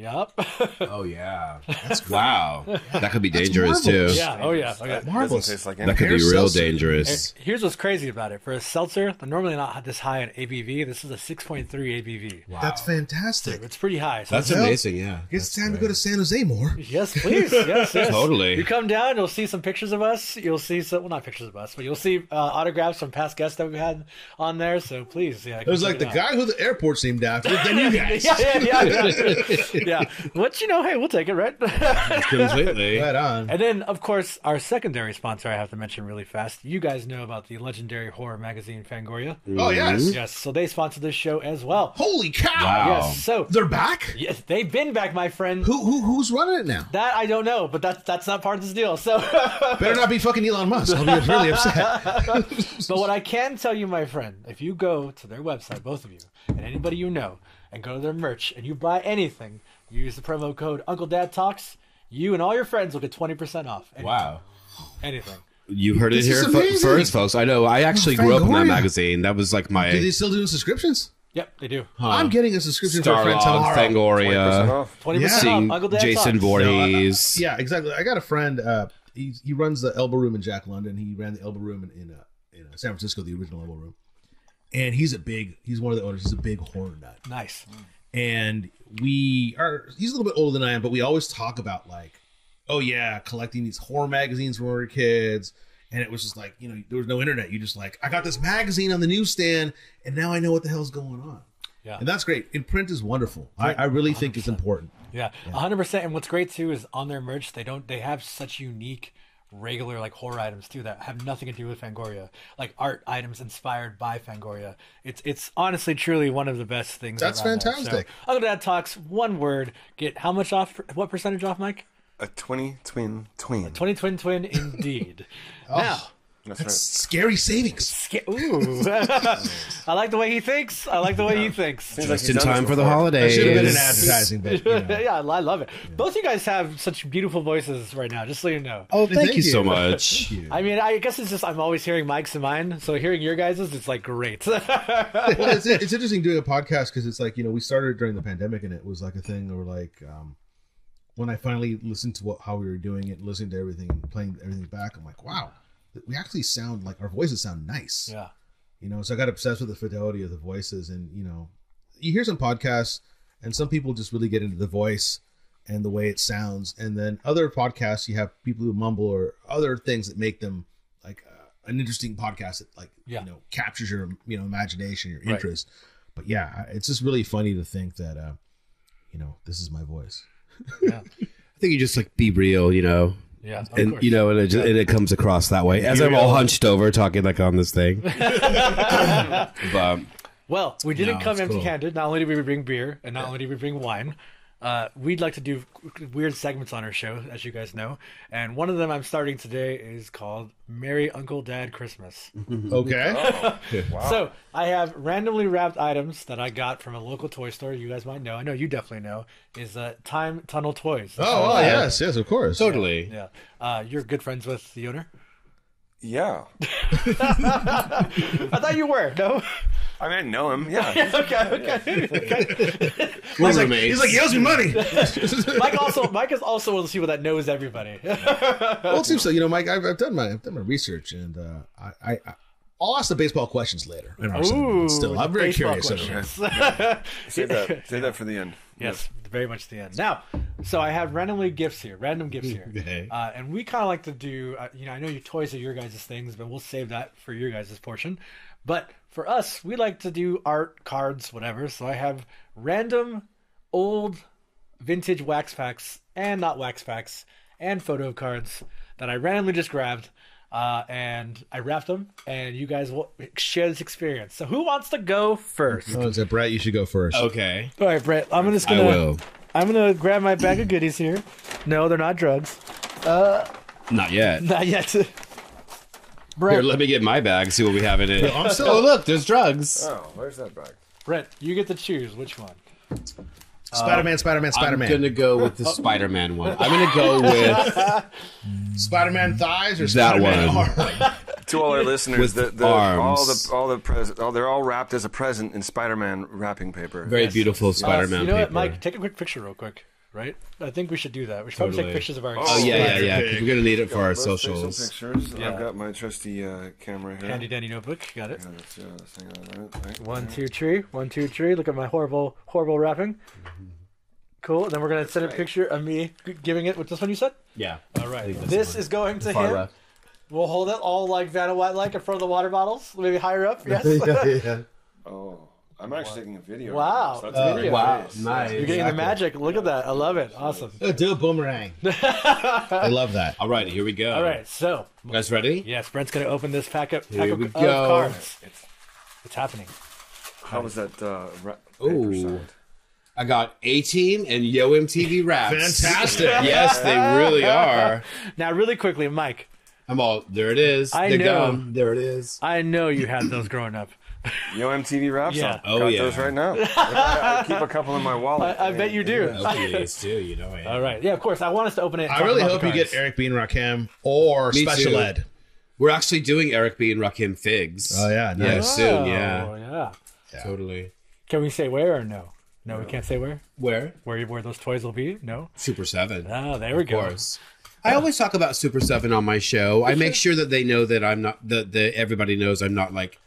Speaker 2: Yup.
Speaker 4: Oh yeah. That's wow. That could be dangerous too.
Speaker 5: marvelous.
Speaker 2: yeah. Oh yeah. Oh yeah.
Speaker 5: Marvelous.
Speaker 3: Doesn't taste like
Speaker 4: That
Speaker 3: anything.
Speaker 4: could be
Speaker 5: Pear
Speaker 4: real
Speaker 5: seltzer.
Speaker 4: dangerous.
Speaker 2: Here's what's crazy about it. For a seltzer, they're normally not this high in ABV. This is a 6.3 ABV.
Speaker 5: That's fantastic.
Speaker 2: It's pretty high. So
Speaker 4: That's
Speaker 5: Well,
Speaker 4: amazing. Yeah.
Speaker 5: It's time to go to San Jose more.
Speaker 2: Yes, please. Yes, yes.
Speaker 4: Totally.
Speaker 2: You come down, you'll see some pictures of us. You'll see some, well, not pictures of us, but you'll see uh, autographs from past guests that we had on there. So please, yeah.
Speaker 5: It was like the guy who the airport's named after, then you guys.
Speaker 2: Yeah, yeah, yeah, yeah. yeah. Once you know, hey, we'll take it, right?
Speaker 4: Completely.
Speaker 5: Right on.
Speaker 2: and then, of course, our secondary sponsor I have to mention really fast. You guys know about the legendary horror magazine Fangoria.
Speaker 5: Oh yes.
Speaker 2: Yes, so they sponsor this show as well.
Speaker 5: Holy cow!
Speaker 4: Wow.
Speaker 2: Yes, so
Speaker 5: They're back.
Speaker 2: yes, they've been back, my friend.
Speaker 5: Who, who who's running it now?
Speaker 2: That I don't know, but that's that's not part of this deal. So,
Speaker 5: Better not be fucking Elon Musk. I'll be really upset.
Speaker 2: but what I can tell you, my friend, if you go to their website, both of you, and anybody you know, and go to their merch, and you buy anything, you use the promo code Uncle Dad Talks. You and all your friends will get twenty percent off. Any-
Speaker 4: Wow.
Speaker 2: Anything.
Speaker 4: You heard it
Speaker 5: This
Speaker 4: here
Speaker 5: is
Speaker 4: fo-
Speaker 5: amazing.
Speaker 4: first, folks. I know. I actually
Speaker 5: Oh,
Speaker 4: grew up in that
Speaker 5: Fangoria.
Speaker 4: magazine. That was like my
Speaker 5: Are they still doing subscriptions?
Speaker 2: Yep, they do.
Speaker 5: I'm getting a subscription for a friend
Speaker 4: Starlog,
Speaker 5: tomorrow.
Speaker 3: Percent
Speaker 4: Fangoria,
Speaker 3: off.
Speaker 2: Twenty percent
Speaker 4: seeing
Speaker 2: off. Uncle Dad
Speaker 4: Jason
Speaker 2: Talks.
Speaker 4: Voorhees.
Speaker 5: Yeah, exactly. I got a friend. Uh, he he runs the Elbow Room in Jack London. He ran the Elbow Room in in, uh, in uh, San Francisco, the original Elbow Room. And he's a big. He's one of the owners. He's a big horror nut.
Speaker 2: Nice.
Speaker 5: and we are he's a little bit older than I am, but we always talk about like, oh yeah, collecting these horror magazines when we were kids. And it was just like, you know, there was no internet. You just like, I got this magazine on the newsstand and now I know what the hell's going on.
Speaker 2: Yeah.
Speaker 5: And that's great. And print is wonderful. I, I really think it's important.
Speaker 2: Yeah, hundred percent. And what's great too is on their merch, they don't they have such unique, regular like horror items too that have nothing to do with Fangoria, like art items inspired by Fangoria. It's it's honestly truly one of the best things.
Speaker 5: That's
Speaker 2: around there. So,
Speaker 5: fantastic.
Speaker 2: Uncle Dad talks one word. Get how much off? What percentage off, Mike?
Speaker 3: A 20 twin twin.
Speaker 2: Twenty twin twin indeed.
Speaker 5: Oh.
Speaker 2: Now.
Speaker 3: That's
Speaker 5: That's
Speaker 3: right.
Speaker 5: scary savings.
Speaker 2: Sca- Ooh. I like the way he thinks. I like the way he thinks.
Speaker 3: Seems like
Speaker 4: Just
Speaker 3: he's
Speaker 4: in
Speaker 3: done this
Speaker 4: time for the
Speaker 3: before.
Speaker 4: holidays.
Speaker 5: Should have been an advertising, but you know.
Speaker 2: yeah, I I love it. Both you guys have such beautiful voices right now, just so you know.
Speaker 4: Oh, thank,
Speaker 5: Thank
Speaker 4: you so
Speaker 5: you.
Speaker 4: much.
Speaker 2: I mean, I guess it's just I'm always hearing Mike's and mine, so hearing your guys's, it's like great.
Speaker 5: well, it's, it's interesting doing a podcast because it's like you know we started during the pandemic and it was like a thing or like um, when I finally listened to what how we were doing it, listening to everything, and playing everything back, I'm like, wow, th- we actually sound like our voices sound nice.
Speaker 2: yeah,
Speaker 5: You know, so I got obsessed with the fidelity of the voices, and you know, you hear some podcasts and some people just really get into the voice, and the way it sounds. And then other podcasts, you have people who mumble or other things that make them like uh, an interesting podcast that like
Speaker 2: Yeah.
Speaker 5: you know captures your you know imagination, your
Speaker 2: Right.
Speaker 5: interest. But yeah, it's just really funny to think that uh, you know this is my voice.
Speaker 4: I think you just like be real, you know,
Speaker 2: Yeah. Of
Speaker 4: and
Speaker 2: course.
Speaker 4: you know, and it, ju- and it comes across that way. As I'm all hunched over talking like on this thing, but um,
Speaker 2: Well, we didn't
Speaker 5: No,
Speaker 2: come
Speaker 5: it's cool.
Speaker 2: empty-handed. Not only did we bring beer, and not only did we bring wine, uh, we'd like to do weird segments on our show, as you guys know. And one of them I'm starting today is called "Merry Uncle Dad Christmas."
Speaker 5: Okay. Uh,
Speaker 2: So I have randomly wrapped items that I got from a local toy store. You guys might know. I know you definitely know. Is uh, Time Tunnel Toys?
Speaker 5: Oh, oh yes, yes, of course.
Speaker 4: totally.
Speaker 2: yeah. Uh, you're good friends with the owner.
Speaker 3: Yeah.
Speaker 2: I thought you were. No.
Speaker 3: I mean, I know him. Yeah.
Speaker 2: okay. Okay.
Speaker 4: We're roommates.
Speaker 5: owes me money.
Speaker 2: Mike also. Mike is also one of those people that knows everybody.
Speaker 5: well, it seems so. You know, Mike, I've, I've done my I've done my research, and uh, I, I I- I'll ask the baseball questions later. in our segment, but still, I'm very
Speaker 2: baseball
Speaker 5: curious. anyway.
Speaker 2: questions.
Speaker 3: Save that. Save that for the end.
Speaker 2: yes, very much the end. Now, so I have randomly gifts here, random gifts here,
Speaker 4: Okay.
Speaker 2: uh, and we kind of like to do. Uh, you know, I know your toys are your guys' things, but we'll save that for your guys' portion. But for us, we like to do art, cards, whatever. So I have random, old, vintage wax packs and not wax packs and photo cards that I randomly just grabbed. Uh, and I wrapped them, and you guys will share this experience. So, who wants to go first?
Speaker 5: Oh, is that Brett? You should go first. Uh,
Speaker 4: Okay,
Speaker 2: All right, Brett. I'm just
Speaker 4: I
Speaker 2: gonna.
Speaker 4: will.
Speaker 2: I'm gonna grab my bag of goodies here. No, they're not drugs.
Speaker 4: Not yet.
Speaker 2: Not yet.
Speaker 4: Here,
Speaker 2: Brett,
Speaker 4: let me get my bag. See what we have in it.
Speaker 5: I'm still-
Speaker 4: oh, look, there's drugs.
Speaker 3: Oh, where's that bag?
Speaker 2: Brett, you get to choose which one.
Speaker 5: Spider Man, Spider Man, Spider
Speaker 4: I'm
Speaker 5: Man.
Speaker 4: gonna go with the Spider-Man one. I'm gonna go with
Speaker 5: Spider Man thighs or
Speaker 4: Mm. that
Speaker 5: Spider Man
Speaker 4: one.
Speaker 3: To all our listeners,
Speaker 4: With
Speaker 3: the, the,
Speaker 4: arms.
Speaker 3: all the all the present, all, they're all wrapped as a present in Spider-Man wrapping paper.
Speaker 4: Very beautiful Spider-Man
Speaker 2: Uh, you know
Speaker 4: paper.
Speaker 2: what, Mike? Take a quick picture, real quick. Right? I think we should do that. We should probably
Speaker 4: Totally.
Speaker 2: take pictures of our.
Speaker 4: Oh yeah, yeah, yeah.
Speaker 5: Pig.
Speaker 4: 'cause We're gonna need it for our
Speaker 3: Let's take some
Speaker 4: socials.
Speaker 3: pictures.
Speaker 2: Yeah.
Speaker 3: I've got my trusty uh, camera here.
Speaker 2: Handy dandy notebook. Got it.
Speaker 3: Yeah, let's do this thing on that, right?
Speaker 2: One, two, three. One, two, three. Look at my horrible, horrible wrapping. Cool. And then we're gonna send a picture of me g- giving it with this one you said.
Speaker 4: Yeah.
Speaker 2: All right.
Speaker 4: think that's
Speaker 2: This
Speaker 4: the
Speaker 2: is going to
Speaker 4: Far
Speaker 2: him.
Speaker 4: left.
Speaker 2: We'll hold it all like Vanna White like in front of the water bottles, maybe higher up. Yes.
Speaker 3: Oh, I'm actually taking a video.
Speaker 2: Wow.
Speaker 3: of this.
Speaker 2: Uh,
Speaker 3: video.
Speaker 4: Wow,
Speaker 3: Nice.
Speaker 4: nice.
Speaker 2: You're getting the magic. Look at that. I love it. Awesome.
Speaker 5: Do a boomerang. I love that.
Speaker 4: All right, here we go.
Speaker 2: All right. So,
Speaker 4: you guys ready?
Speaker 2: yes, Brent's going to open this pack up pack
Speaker 4: Here
Speaker 2: of,
Speaker 4: we
Speaker 2: of
Speaker 4: go.
Speaker 2: cards. It's, it's happening.
Speaker 3: How was that? Uh, ra- paper
Speaker 4: Ooh.
Speaker 3: sound?
Speaker 4: I got A Team and Yo MTV Raps.
Speaker 5: Fantastic.
Speaker 4: yes, they really are.
Speaker 2: Now, really quickly, Mike,
Speaker 4: I'm all there. It is.
Speaker 2: I
Speaker 4: the
Speaker 2: know.
Speaker 4: gum. There it is.
Speaker 2: I know you had those growing up.
Speaker 3: Yo, MTV raps.
Speaker 2: Yeah.
Speaker 3: Oh
Speaker 4: Oh,
Speaker 3: got
Speaker 4: yeah.
Speaker 3: those right now. I, I keep a couple in my wallet.
Speaker 2: I bet you do.
Speaker 4: Okay, it's too. You know.
Speaker 2: All
Speaker 4: it.
Speaker 2: right. Yeah, of course. I want us to open it. and
Speaker 5: I
Speaker 2: talk
Speaker 5: really
Speaker 2: about
Speaker 5: hope
Speaker 2: the
Speaker 5: you get
Speaker 2: cards.
Speaker 5: Eric Bean Rakim or
Speaker 4: Me
Speaker 5: Special
Speaker 4: too.
Speaker 5: Ed.
Speaker 4: We're actually doing Eric B and Rakim Figs.
Speaker 5: Oh, yeah,
Speaker 4: Yeah,
Speaker 5: nice.
Speaker 4: soon.
Speaker 2: Oh,
Speaker 4: Yeah.
Speaker 2: yeah.
Speaker 4: Totally.
Speaker 2: Can we say where or no? No, we can't say where.
Speaker 4: Where?
Speaker 2: Where where those toys will be? No.
Speaker 4: Super Seven.
Speaker 2: Oh, there we
Speaker 4: Of
Speaker 2: go.
Speaker 4: course. I always talk about Super Seven on my show. I make sure that they know that I'm not that, that everybody knows I'm not like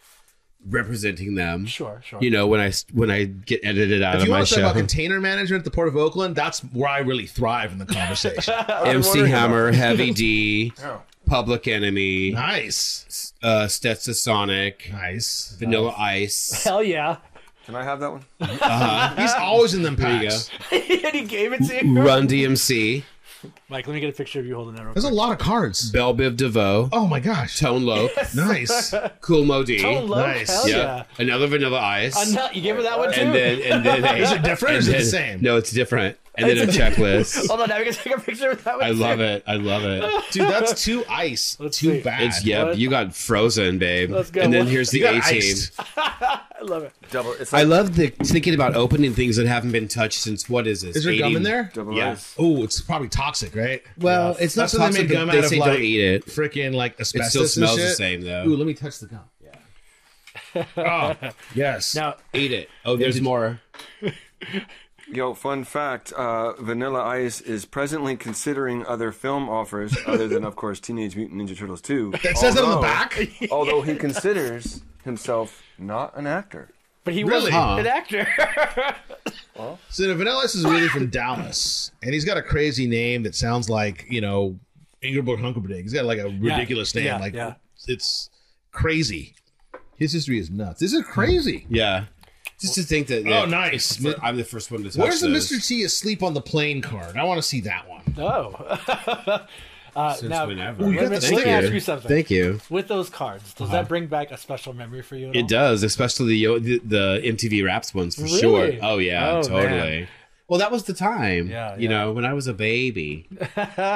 Speaker 4: representing them.
Speaker 2: Sure, sure.
Speaker 4: You know when I s- when I get edited out
Speaker 5: If
Speaker 4: of
Speaker 5: you
Speaker 4: my
Speaker 5: want to talk
Speaker 4: show.
Speaker 5: about container management at the Port of Oakland, that's where I really thrive in the conversation.
Speaker 4: MC Hammer, Heavy D,
Speaker 3: Oh.
Speaker 4: Public Enemy,
Speaker 5: nice.
Speaker 4: uh, Stetsasonic,
Speaker 5: Nice.
Speaker 4: Vanilla Ice.
Speaker 2: Hell yeah.
Speaker 3: Can I have that one?
Speaker 5: He's always in them
Speaker 4: you
Speaker 5: packs.
Speaker 2: and he gave it to you.
Speaker 4: Run DMC,
Speaker 2: Mike, let me get a picture of you holding that real
Speaker 5: There's a
Speaker 2: quick.
Speaker 5: lot of cards.
Speaker 4: Bell Biv DeVoe,
Speaker 5: Oh my gosh.
Speaker 4: Tone Lope,
Speaker 5: Nice.
Speaker 4: Cool Modi,
Speaker 2: Oh, love.
Speaker 5: Nice.
Speaker 2: Hell
Speaker 4: Yep.
Speaker 2: yeah.
Speaker 4: another Vanilla Ice,
Speaker 2: A nut. You gave her that one too.
Speaker 4: and then and then
Speaker 5: Is it different or is it the same?
Speaker 4: No, it's different. And then a checklist.
Speaker 2: Hold on, now we can take a picture with that one.
Speaker 4: I love it. I love it.
Speaker 5: Dude, that's two ice.
Speaker 2: Let's
Speaker 5: too
Speaker 2: see.
Speaker 5: bad.
Speaker 4: It's yeah.
Speaker 2: What?
Speaker 4: You got frozen, babe.
Speaker 2: Let's go.
Speaker 4: And then
Speaker 2: What?
Speaker 4: here's
Speaker 5: You
Speaker 4: the
Speaker 5: got
Speaker 4: A team.
Speaker 5: iced.
Speaker 2: I love it.
Speaker 3: Double. It's
Speaker 4: I
Speaker 3: like
Speaker 4: love the thinking about opening things that haven't been touched since what is this?
Speaker 5: Is there gum
Speaker 4: 80
Speaker 5: in there?
Speaker 3: double.
Speaker 4: Yeah.
Speaker 3: A's.
Speaker 5: Oh, it's probably toxic, right?
Speaker 4: Well, it's not
Speaker 5: That's what they
Speaker 4: toxic,
Speaker 5: made
Speaker 4: but
Speaker 5: gum
Speaker 4: they
Speaker 5: out of,
Speaker 4: say
Speaker 5: like-
Speaker 4: don't eat it.
Speaker 5: Freaking like
Speaker 4: It
Speaker 5: asbestos.
Speaker 4: still smells
Speaker 5: and
Speaker 4: the
Speaker 5: shit.
Speaker 4: same though.
Speaker 5: Ooh, let me touch the gum. Yeah. Oh, yes.
Speaker 2: Now,
Speaker 4: eat it. Oh, there's more.
Speaker 3: Yo, fun fact: uh, Vanilla Ice is presently considering other film offers other than, of course, Teenage Mutant Ninja Turtles 2.
Speaker 5: it says that on the
Speaker 3: Although-
Speaker 5: back.
Speaker 3: Although he considers himself not an actor.
Speaker 2: but he
Speaker 5: Really?
Speaker 2: was
Speaker 5: Huh.
Speaker 2: an actor.
Speaker 5: So the Vanellis is really from Dallas, and he's got a crazy name that sounds like you know Ingeborg Hunkabdig. He's got like a ridiculous name,
Speaker 2: yeah,
Speaker 5: like
Speaker 2: yeah.
Speaker 5: it's crazy. Hmm. His history is nuts. This is crazy.
Speaker 4: Yeah. Just to think that.
Speaker 2: Oh,
Speaker 4: that
Speaker 5: nice.
Speaker 4: it's- I'm the first one to touch
Speaker 5: Where's the
Speaker 4: those.
Speaker 5: Mr. T asleep on the plane card? I want to see that one.
Speaker 2: Oh. uh,
Speaker 4: Since
Speaker 2: now,
Speaker 4: whenever.
Speaker 2: let me-
Speaker 5: got the
Speaker 2: let
Speaker 5: sticker.
Speaker 2: me ask you something.
Speaker 4: Thank you.
Speaker 2: With those cards, does that bring back a special memory for you? at all?
Speaker 4: It does, especially the, the the MTV Raps ones for
Speaker 2: Really?
Speaker 4: sure. Oh yeah,
Speaker 2: Oh,
Speaker 4: totally.
Speaker 2: man.
Speaker 4: Well, that was the time.
Speaker 2: Yeah,
Speaker 4: you
Speaker 2: yeah.
Speaker 4: know, when I was a baby,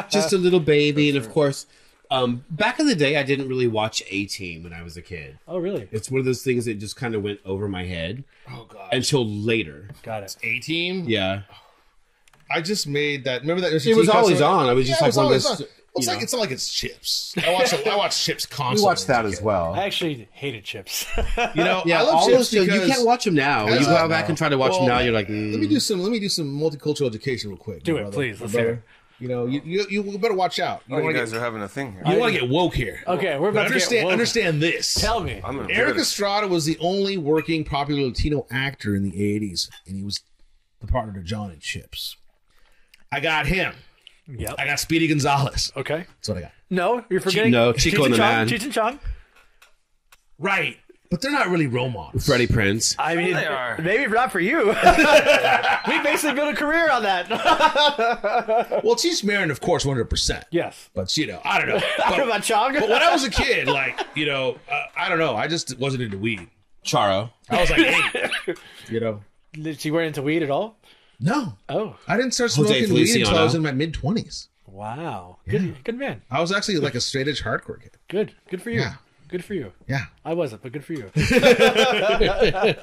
Speaker 4: just a little baby, and of course, um, back in the day, I didn't really watch A Team when I was a kid.
Speaker 2: Oh, really?
Speaker 4: It's one of those things that just kind of went over my head
Speaker 5: Oh god.
Speaker 4: until later.
Speaker 2: Got it.
Speaker 5: A team.
Speaker 4: Yeah,
Speaker 5: I just made that. Remember that? Mr.
Speaker 4: it was
Speaker 5: T
Speaker 4: always
Speaker 5: cartoon?
Speaker 4: on. I was just
Speaker 5: Yeah,
Speaker 4: like
Speaker 5: it was
Speaker 4: one of
Speaker 5: always
Speaker 4: those.
Speaker 5: on. Well, it's
Speaker 4: you
Speaker 5: like
Speaker 4: know.
Speaker 5: it's not like it's chips. I watch I watch chips
Speaker 4: we
Speaker 5: constantly.
Speaker 4: watched that as well.
Speaker 2: I actually hated chips.
Speaker 5: You know,
Speaker 4: yeah,
Speaker 5: I love
Speaker 4: all
Speaker 5: chips
Speaker 4: those shows,
Speaker 5: because-
Speaker 4: you can't watch them now.
Speaker 5: I
Speaker 4: You
Speaker 5: love-
Speaker 4: go back and try to watch
Speaker 5: Well,
Speaker 4: them now. You're like, mm.
Speaker 5: Let me do some. Let me do some multicultural education real quick.
Speaker 2: Do
Speaker 5: my
Speaker 2: it,
Speaker 5: brother,
Speaker 2: please.
Speaker 5: my
Speaker 2: Let's hear
Speaker 5: brother. You know, you, you you better watch out. You
Speaker 3: Oh, you
Speaker 5: wanna
Speaker 3: guys
Speaker 5: get,
Speaker 3: are having a thing here.
Speaker 5: you wanna get woke here.
Speaker 2: Okay, we're about to get
Speaker 5: But understand.
Speaker 2: woke.
Speaker 5: Understand this.
Speaker 2: Tell me.
Speaker 3: I'm gonna
Speaker 5: Eric
Speaker 3: give it
Speaker 5: Estrada was the only working popular Latino actor in the 80s, and he was the partner to John and Chips. I got him.
Speaker 2: Yep.
Speaker 5: I got Speedy Gonzalez.
Speaker 2: Okay.
Speaker 5: That's what I got.
Speaker 2: No, you're forgetting.
Speaker 4: no, Chico
Speaker 2: Cheech
Speaker 4: and the
Speaker 2: Chong,
Speaker 4: Man.
Speaker 2: Cheech and Chong.
Speaker 5: Right. But they're not really role models.
Speaker 4: Freddie Prince.
Speaker 2: I mean,
Speaker 3: they are.
Speaker 2: maybe not for you. we basically built a career on that.
Speaker 5: Well, Cheech Marin, of course, 100%.
Speaker 2: yes.
Speaker 5: But, you know, I don't know.
Speaker 2: What
Speaker 5: But,
Speaker 2: about Chong?
Speaker 5: but when I was a kid, like, you know, uh, I don't know. I just wasn't into weed.
Speaker 4: Charo.
Speaker 5: I was like, hey, you know.
Speaker 2: Did she weren't into weed at all?
Speaker 5: No.
Speaker 2: Oh,
Speaker 5: I didn't start
Speaker 4: Jose
Speaker 5: smoking weed until I was
Speaker 4: Feliciano.
Speaker 5: in my mid 20s.
Speaker 2: wow. Good, good man.
Speaker 5: I was actually like a straight edge hardcore kid.
Speaker 2: Good. Good for you.
Speaker 5: Yeah.
Speaker 2: Good for you.
Speaker 5: Yeah.
Speaker 2: I wasn't, but good for you. Uh,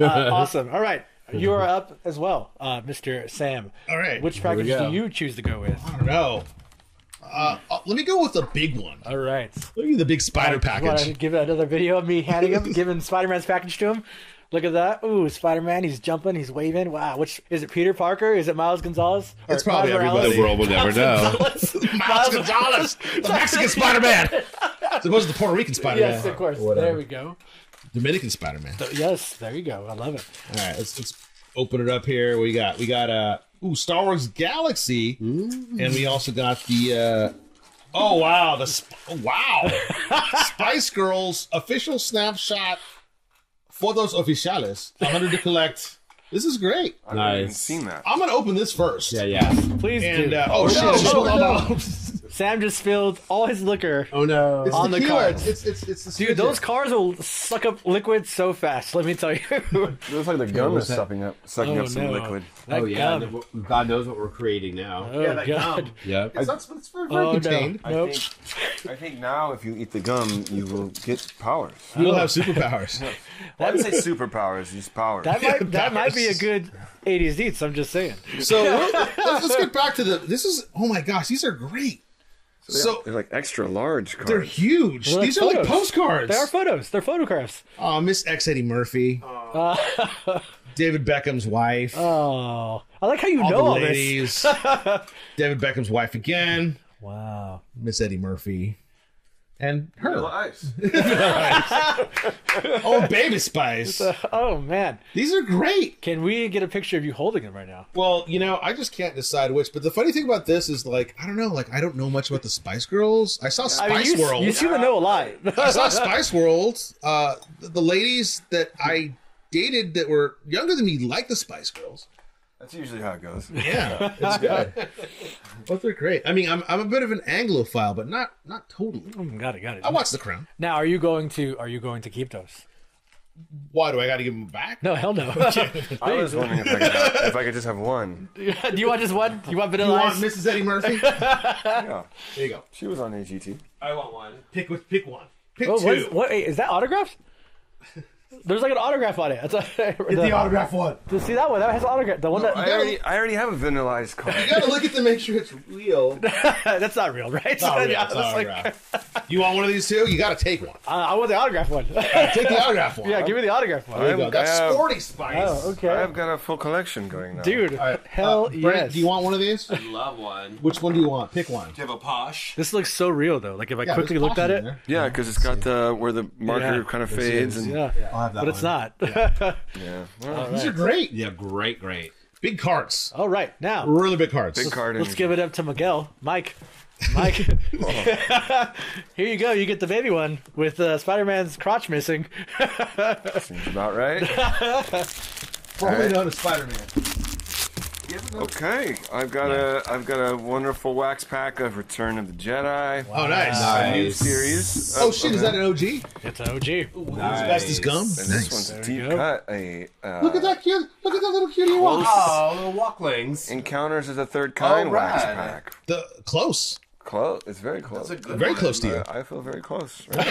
Speaker 2: awesome. All right. You are up as well, uh, Mr. Sam.
Speaker 5: All right.
Speaker 2: Which
Speaker 5: Here we
Speaker 2: package
Speaker 5: go.
Speaker 2: do you choose to go with?
Speaker 5: I don't know. Uh, uh, let me go with the big one.
Speaker 2: All right.
Speaker 5: Let me do the big spider
Speaker 2: Want to
Speaker 5: package.
Speaker 2: give another video of me handing him, giving Spider Man's package to him? Look at that. Ooh, Spider Man. He's jumping. He's waving. Wow. Which is it? Peter Parker? Is it Miles Gonzalez? Or
Speaker 5: It's probably
Speaker 2: Miles Morales?
Speaker 5: everybody.
Speaker 4: The world will never know.
Speaker 5: Miles Gonzalez, the Mexican Spider Man. As opposed to the Puerto Rican Spider Man.
Speaker 2: Yes, of course. There we go.
Speaker 5: Dominican Spider Man. All
Speaker 2: Yes, there you go. I love it.
Speaker 5: right, let's, let's open it up here. We got we got uh ooh Star Wars Galaxy, and we also got the uh oh wow the sp- oh, wow Spice Girls official snapshot photos oficiales. 100 to collect. This is great.
Speaker 3: I've not even
Speaker 4: Nice.
Speaker 3: seen that.
Speaker 5: I'm gonna open this first.
Speaker 4: Yeah, yeah.
Speaker 2: Please
Speaker 5: And
Speaker 2: do.
Speaker 5: uh, oh, shit!
Speaker 2: no,
Speaker 5: shit,
Speaker 2: oh,
Speaker 5: hold on,
Speaker 2: no.
Speaker 5: hold on.
Speaker 2: Sam just spilled all his liquor.
Speaker 4: Oh no.
Speaker 5: It's
Speaker 2: On the
Speaker 5: tequila.
Speaker 2: cards.
Speaker 5: It's it's it's the
Speaker 2: Dude, those cars will suck up liquid so fast. Let me tell you. oh,
Speaker 3: It looks like the gum is sucking up, sucking up some
Speaker 2: no.
Speaker 3: liquid.
Speaker 2: That
Speaker 4: oh yeah.
Speaker 2: gum.
Speaker 4: and God knows what we're creating now.
Speaker 2: Oh, God.
Speaker 4: Yeah.
Speaker 5: It's not it's very, very
Speaker 2: Oh, no.
Speaker 5: contained.
Speaker 2: Nope.
Speaker 3: I think, I think now if you eat the gum, you will get powers.
Speaker 5: You will have superpowers.
Speaker 3: I would say superpowers, just powers.
Speaker 2: That
Speaker 5: Yeah,
Speaker 2: might, that might be a
Speaker 5: that's-
Speaker 2: good 80s eats, I'm just saying.
Speaker 5: so let's, let's get back to the. This is oh my gosh, these are great. So
Speaker 3: They're like extra large cards.
Speaker 5: they're huge.
Speaker 2: like
Speaker 5: these are like
Speaker 2: photos.
Speaker 5: postcards.
Speaker 2: They are photos. They're photographs.
Speaker 5: oh, Miss X Eddie Murphy, David Beckham's wife,
Speaker 2: Uh. Oh, I like how you
Speaker 5: all
Speaker 2: know all
Speaker 5: the
Speaker 2: this.
Speaker 5: ladies, David Beckham's wife again,
Speaker 2: Wow.
Speaker 5: Miss Eddie Murphy, and
Speaker 3: Vanilla
Speaker 5: her.
Speaker 3: ice.
Speaker 5: Oh, Baby Spice.
Speaker 2: Oh man,
Speaker 5: These are great.
Speaker 2: can we get a picture of you holding them right now?
Speaker 5: Well, you know, I just can't decide which. But the funny thing about this is, like, I don't know. Like, I don't know much about the Spice Girls. I saw
Speaker 2: I
Speaker 5: Spice
Speaker 2: mean, you,
Speaker 5: World.
Speaker 2: you seem to know a lot.
Speaker 5: I saw Spice World. Uh, the ladies that I dated that were younger than me like the Spice Girls.
Speaker 3: That's usually how it goes.
Speaker 5: Yeah, it's good. Both are great. I mean, I'm I'm a bit of an Anglophile, but not not totally.
Speaker 2: Mm, got it, got it.
Speaker 5: I watched The Crown.
Speaker 2: Now, are you going to are you going to keep those?
Speaker 5: Why do I got to give them back?
Speaker 2: No, hell no.
Speaker 3: I was wondering if I, could have, if I could just have one.
Speaker 2: Do you want just one? Do you want
Speaker 5: You
Speaker 2: vanilla
Speaker 5: want
Speaker 2: ice?
Speaker 5: Mrs. Eddie Murphy?
Speaker 3: Yeah,
Speaker 5: There you go.
Speaker 3: she was on AGT.
Speaker 4: I want one.
Speaker 5: Pick with pick one. Pick
Speaker 2: oh,
Speaker 5: two.
Speaker 2: what is, what wait, is that autographed? There's like an autograph on it. That's a, the-
Speaker 5: autograph one.
Speaker 2: see that one? That has an autograph. The one that
Speaker 3: I already, I already have a vanilla ice card.
Speaker 5: You gotta look at to make sure it's real.
Speaker 2: that's not real, right?
Speaker 5: Not real,
Speaker 2: Yeah,
Speaker 5: it's
Speaker 2: that's like-
Speaker 5: autograph. you want one of these two? You gotta take one.
Speaker 2: I, I want the autograph one.
Speaker 5: Take the autograph one.
Speaker 2: yeah, give me the autograph one.
Speaker 5: There you go. That's
Speaker 3: I have-
Speaker 5: sporty spice.
Speaker 2: Oh, okay.
Speaker 3: I've got a full collection going now.
Speaker 2: Dude,
Speaker 5: right,
Speaker 2: hell
Speaker 5: Uh, Brent,
Speaker 2: yes.
Speaker 5: do you want one of these?
Speaker 4: Love one. Do
Speaker 5: Which one do you want? Pick one.
Speaker 4: you have a posh?
Speaker 2: this looks so real though. Like if I
Speaker 5: Yeah,
Speaker 2: quickly
Speaker 5: there's
Speaker 2: looked at
Speaker 5: caution
Speaker 2: it,
Speaker 5: in there.
Speaker 3: Yeah, because it's got the where the marker
Speaker 2: Yeah.
Speaker 3: kind of fades and
Speaker 2: yeah.
Speaker 5: I'll have that
Speaker 2: but it's
Speaker 5: one.
Speaker 2: not.
Speaker 3: Yeah.
Speaker 5: These are great.
Speaker 4: Yeah, great, great.
Speaker 5: Big carts.
Speaker 2: All right, now
Speaker 5: Really big carts.
Speaker 3: Big card.
Speaker 2: let's give it up to Miguel, Mike. Mike, here you go. You get the baby one with uh, Spider-Man's crotch missing.
Speaker 3: Seems about right.
Speaker 5: Formerly known as Spider-Man.
Speaker 3: Okay, I've got a I've got a wonderful wax pack of Return of the Jedi.
Speaker 5: Oh, nice.
Speaker 3: A new series.
Speaker 5: Oh,
Speaker 3: of-
Speaker 5: shit,
Speaker 3: of
Speaker 5: is that an OG?
Speaker 2: It's an OG.
Speaker 5: As fast as gum?
Speaker 3: And this one's a deep
Speaker 2: go.
Speaker 3: cut. A uh,
Speaker 5: Look at that cute. Look at that little cutie walk.
Speaker 4: Oh, little walklings.
Speaker 3: Encounters of the Third Kind
Speaker 4: All
Speaker 3: wax
Speaker 4: right.
Speaker 3: pack.
Speaker 5: The close.
Speaker 3: Close. It's very close.
Speaker 5: Very close to you.
Speaker 3: Uh, I feel very close. Right?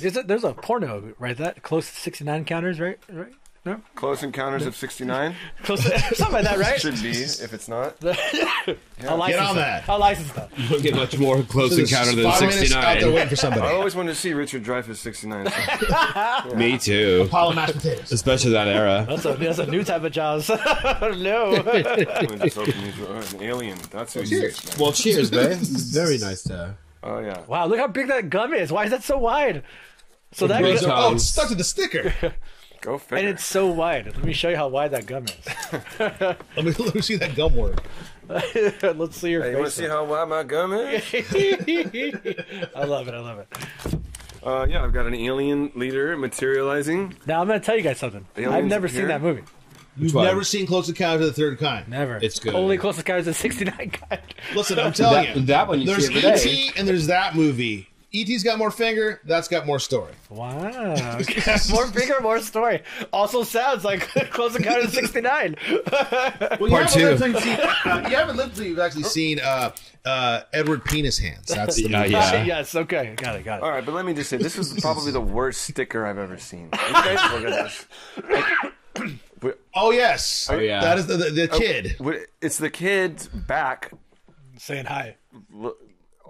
Speaker 2: Is it, there's a porno right that close to 69 counters, right? Right? No,
Speaker 3: close Encounters of '69
Speaker 2: close to something like that, right?
Speaker 3: should be if it's not.
Speaker 2: I'll license
Speaker 5: Get
Speaker 2: that.
Speaker 5: on that.
Speaker 2: I'll license that.
Speaker 4: You don't get much more close encounter than
Speaker 5: Spider-Man is out there
Speaker 4: 69.
Speaker 5: waiting
Speaker 3: I
Speaker 5: for somebody.
Speaker 3: always wanted to see Richard Dreyfuss '69.
Speaker 4: Me too.
Speaker 5: Pile of mashed potatoes.
Speaker 4: Especially that era.
Speaker 2: That's a, that's a new type of Jaws. no.
Speaker 3: just open these, oh, an alien. That's who he
Speaker 5: Cheers.
Speaker 3: is.
Speaker 4: Well, cheers, man. Very nice to.
Speaker 3: Oh yeah.
Speaker 2: Wow, look how big that gum is. Why is that so wide? So that
Speaker 4: grows
Speaker 2: gum,
Speaker 4: up.
Speaker 5: Oh, it's stuck to the sticker.
Speaker 3: Go figure.
Speaker 2: and it's so wide. Let me show you how wide that gum is.
Speaker 5: Let me, let me see that gum work.
Speaker 2: Let's see your
Speaker 3: Hey, you want to
Speaker 2: face.
Speaker 3: see how wide my gum is?
Speaker 2: I love it. I love it.
Speaker 3: Uh, yeah, I've got an alien leader materializing.
Speaker 2: Now I'm gonna tell you guys something.
Speaker 3: Aliens
Speaker 2: I've never
Speaker 3: appear?
Speaker 2: seen that movie.
Speaker 5: You've
Speaker 4: one?
Speaker 5: never seen Close Encounter of the Third Kind.
Speaker 2: Never.
Speaker 4: It's good.
Speaker 2: Only closest guy is a 69 guy.
Speaker 5: Listen, I'm
Speaker 4: Oh,
Speaker 5: telling you.
Speaker 4: that one you
Speaker 5: There's
Speaker 4: see every day.
Speaker 5: E.T. and there's that movie. E.T.'s got more finger. That's got more story.
Speaker 2: Wow. Okay. more bigger, more story. Also sounds like close encounter of 69.
Speaker 5: Well, you
Speaker 4: Part
Speaker 5: haven't
Speaker 4: two.
Speaker 5: lived till you've seen- uh, you haven't lived until you've actually seen uh, uh, Edward Penis Hands. That's the
Speaker 4: Yeah,
Speaker 5: movie.
Speaker 4: yeah.
Speaker 2: yes. Okay. Got it. Got it.
Speaker 3: All right, but let me just say this is probably the worst sticker I've ever seen. You guys look at this.
Speaker 5: Oh yes,
Speaker 4: Oh, yeah.
Speaker 5: that is the, the, the kid.
Speaker 3: What- It's the kid's back
Speaker 2: Saying hi.
Speaker 3: l-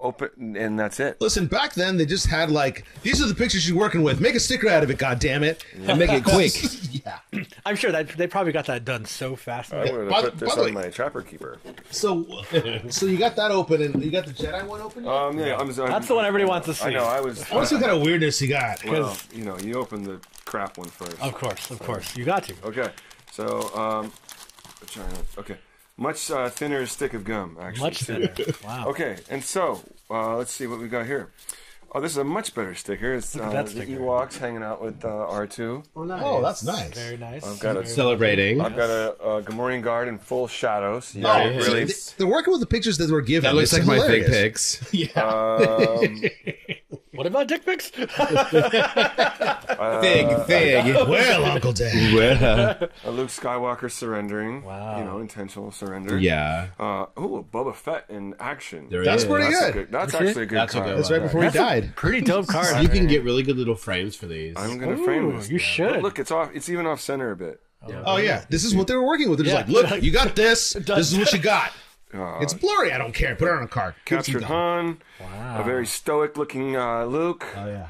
Speaker 3: open, and that's it.
Speaker 5: Listen, back then they just had like these are the pictures you're working with. Make a sticker out of it, God damn it, and make it quick. yeah.
Speaker 2: I'm sure that they probably got that done so fast.
Speaker 3: I would
Speaker 5: By
Speaker 3: have
Speaker 5: the-
Speaker 3: put this
Speaker 5: by the
Speaker 3: on
Speaker 5: way-
Speaker 3: my trapper keeper.
Speaker 5: So, so you got that open, and you got the Jedi one
Speaker 4: Oh.
Speaker 5: open.
Speaker 3: Um, yeah, I'm, sorry.
Speaker 2: That's the one everybody wants to see.
Speaker 3: I know. I was.
Speaker 5: I want to see what kind of weirdness you got.
Speaker 3: well, you know, you open the crap one first.
Speaker 5: Oh.
Speaker 2: Of course, of course. You got to.
Speaker 3: Okay, so um, I'm trying to- okay, much uh, thinner stick of gum actually.
Speaker 2: Much
Speaker 3: too.
Speaker 2: thinner. Wow.
Speaker 3: Okay, and so uh, let's see what we got here. Oh, this is a much better sticker. It's uh,
Speaker 2: at that
Speaker 3: the
Speaker 2: sticker.
Speaker 3: Ewoks hanging out with uh, R2.
Speaker 5: Oh, that's nice.
Speaker 2: Very nice.
Speaker 3: I've got a-
Speaker 4: Celebrating.
Speaker 3: I've got a, a Gamorrean guard in full shadow, so you
Speaker 5: Oh,
Speaker 3: can
Speaker 5: so
Speaker 3: really.
Speaker 5: they- they're working with the pictures that were given.
Speaker 4: That looks
Speaker 5: This
Speaker 4: like
Speaker 5: is
Speaker 4: my
Speaker 5: hilarious.
Speaker 4: fake pics.
Speaker 5: Uh,
Speaker 2: What about dick pics?
Speaker 4: Fig, fig.
Speaker 5: Well, Uncle Dad.
Speaker 4: Well,
Speaker 3: A Luke Skywalker surrendering.
Speaker 2: Wow.
Speaker 3: You know, intentional surrender.
Speaker 4: yeah.
Speaker 3: Uh, ooh, a Boba Fett in action.
Speaker 4: There
Speaker 5: That's
Speaker 4: it is.
Speaker 5: pretty
Speaker 3: That's, a
Speaker 5: good.
Speaker 3: good, that's
Speaker 2: That's it?
Speaker 3: actually a good
Speaker 4: That's a
Speaker 3: card.
Speaker 4: good
Speaker 5: That's right before he died.
Speaker 2: Pretty dope card.
Speaker 4: You can get really good little frames for these.
Speaker 3: I'm gonna
Speaker 2: Ooh,
Speaker 3: frame this.
Speaker 2: you should.
Speaker 3: Look, it's off. It's even off center a bit.
Speaker 5: Oh yeah, this is what they were working with. They're just
Speaker 2: Yeah.
Speaker 5: like, look, you got this. This is what you got.
Speaker 3: Uh,
Speaker 5: It's blurry. I don't care. Put it on a card. Give it some
Speaker 3: Captured
Speaker 5: gum.
Speaker 3: Han. Wow. A very stoic looking uh, Luke.
Speaker 5: Oh yeah.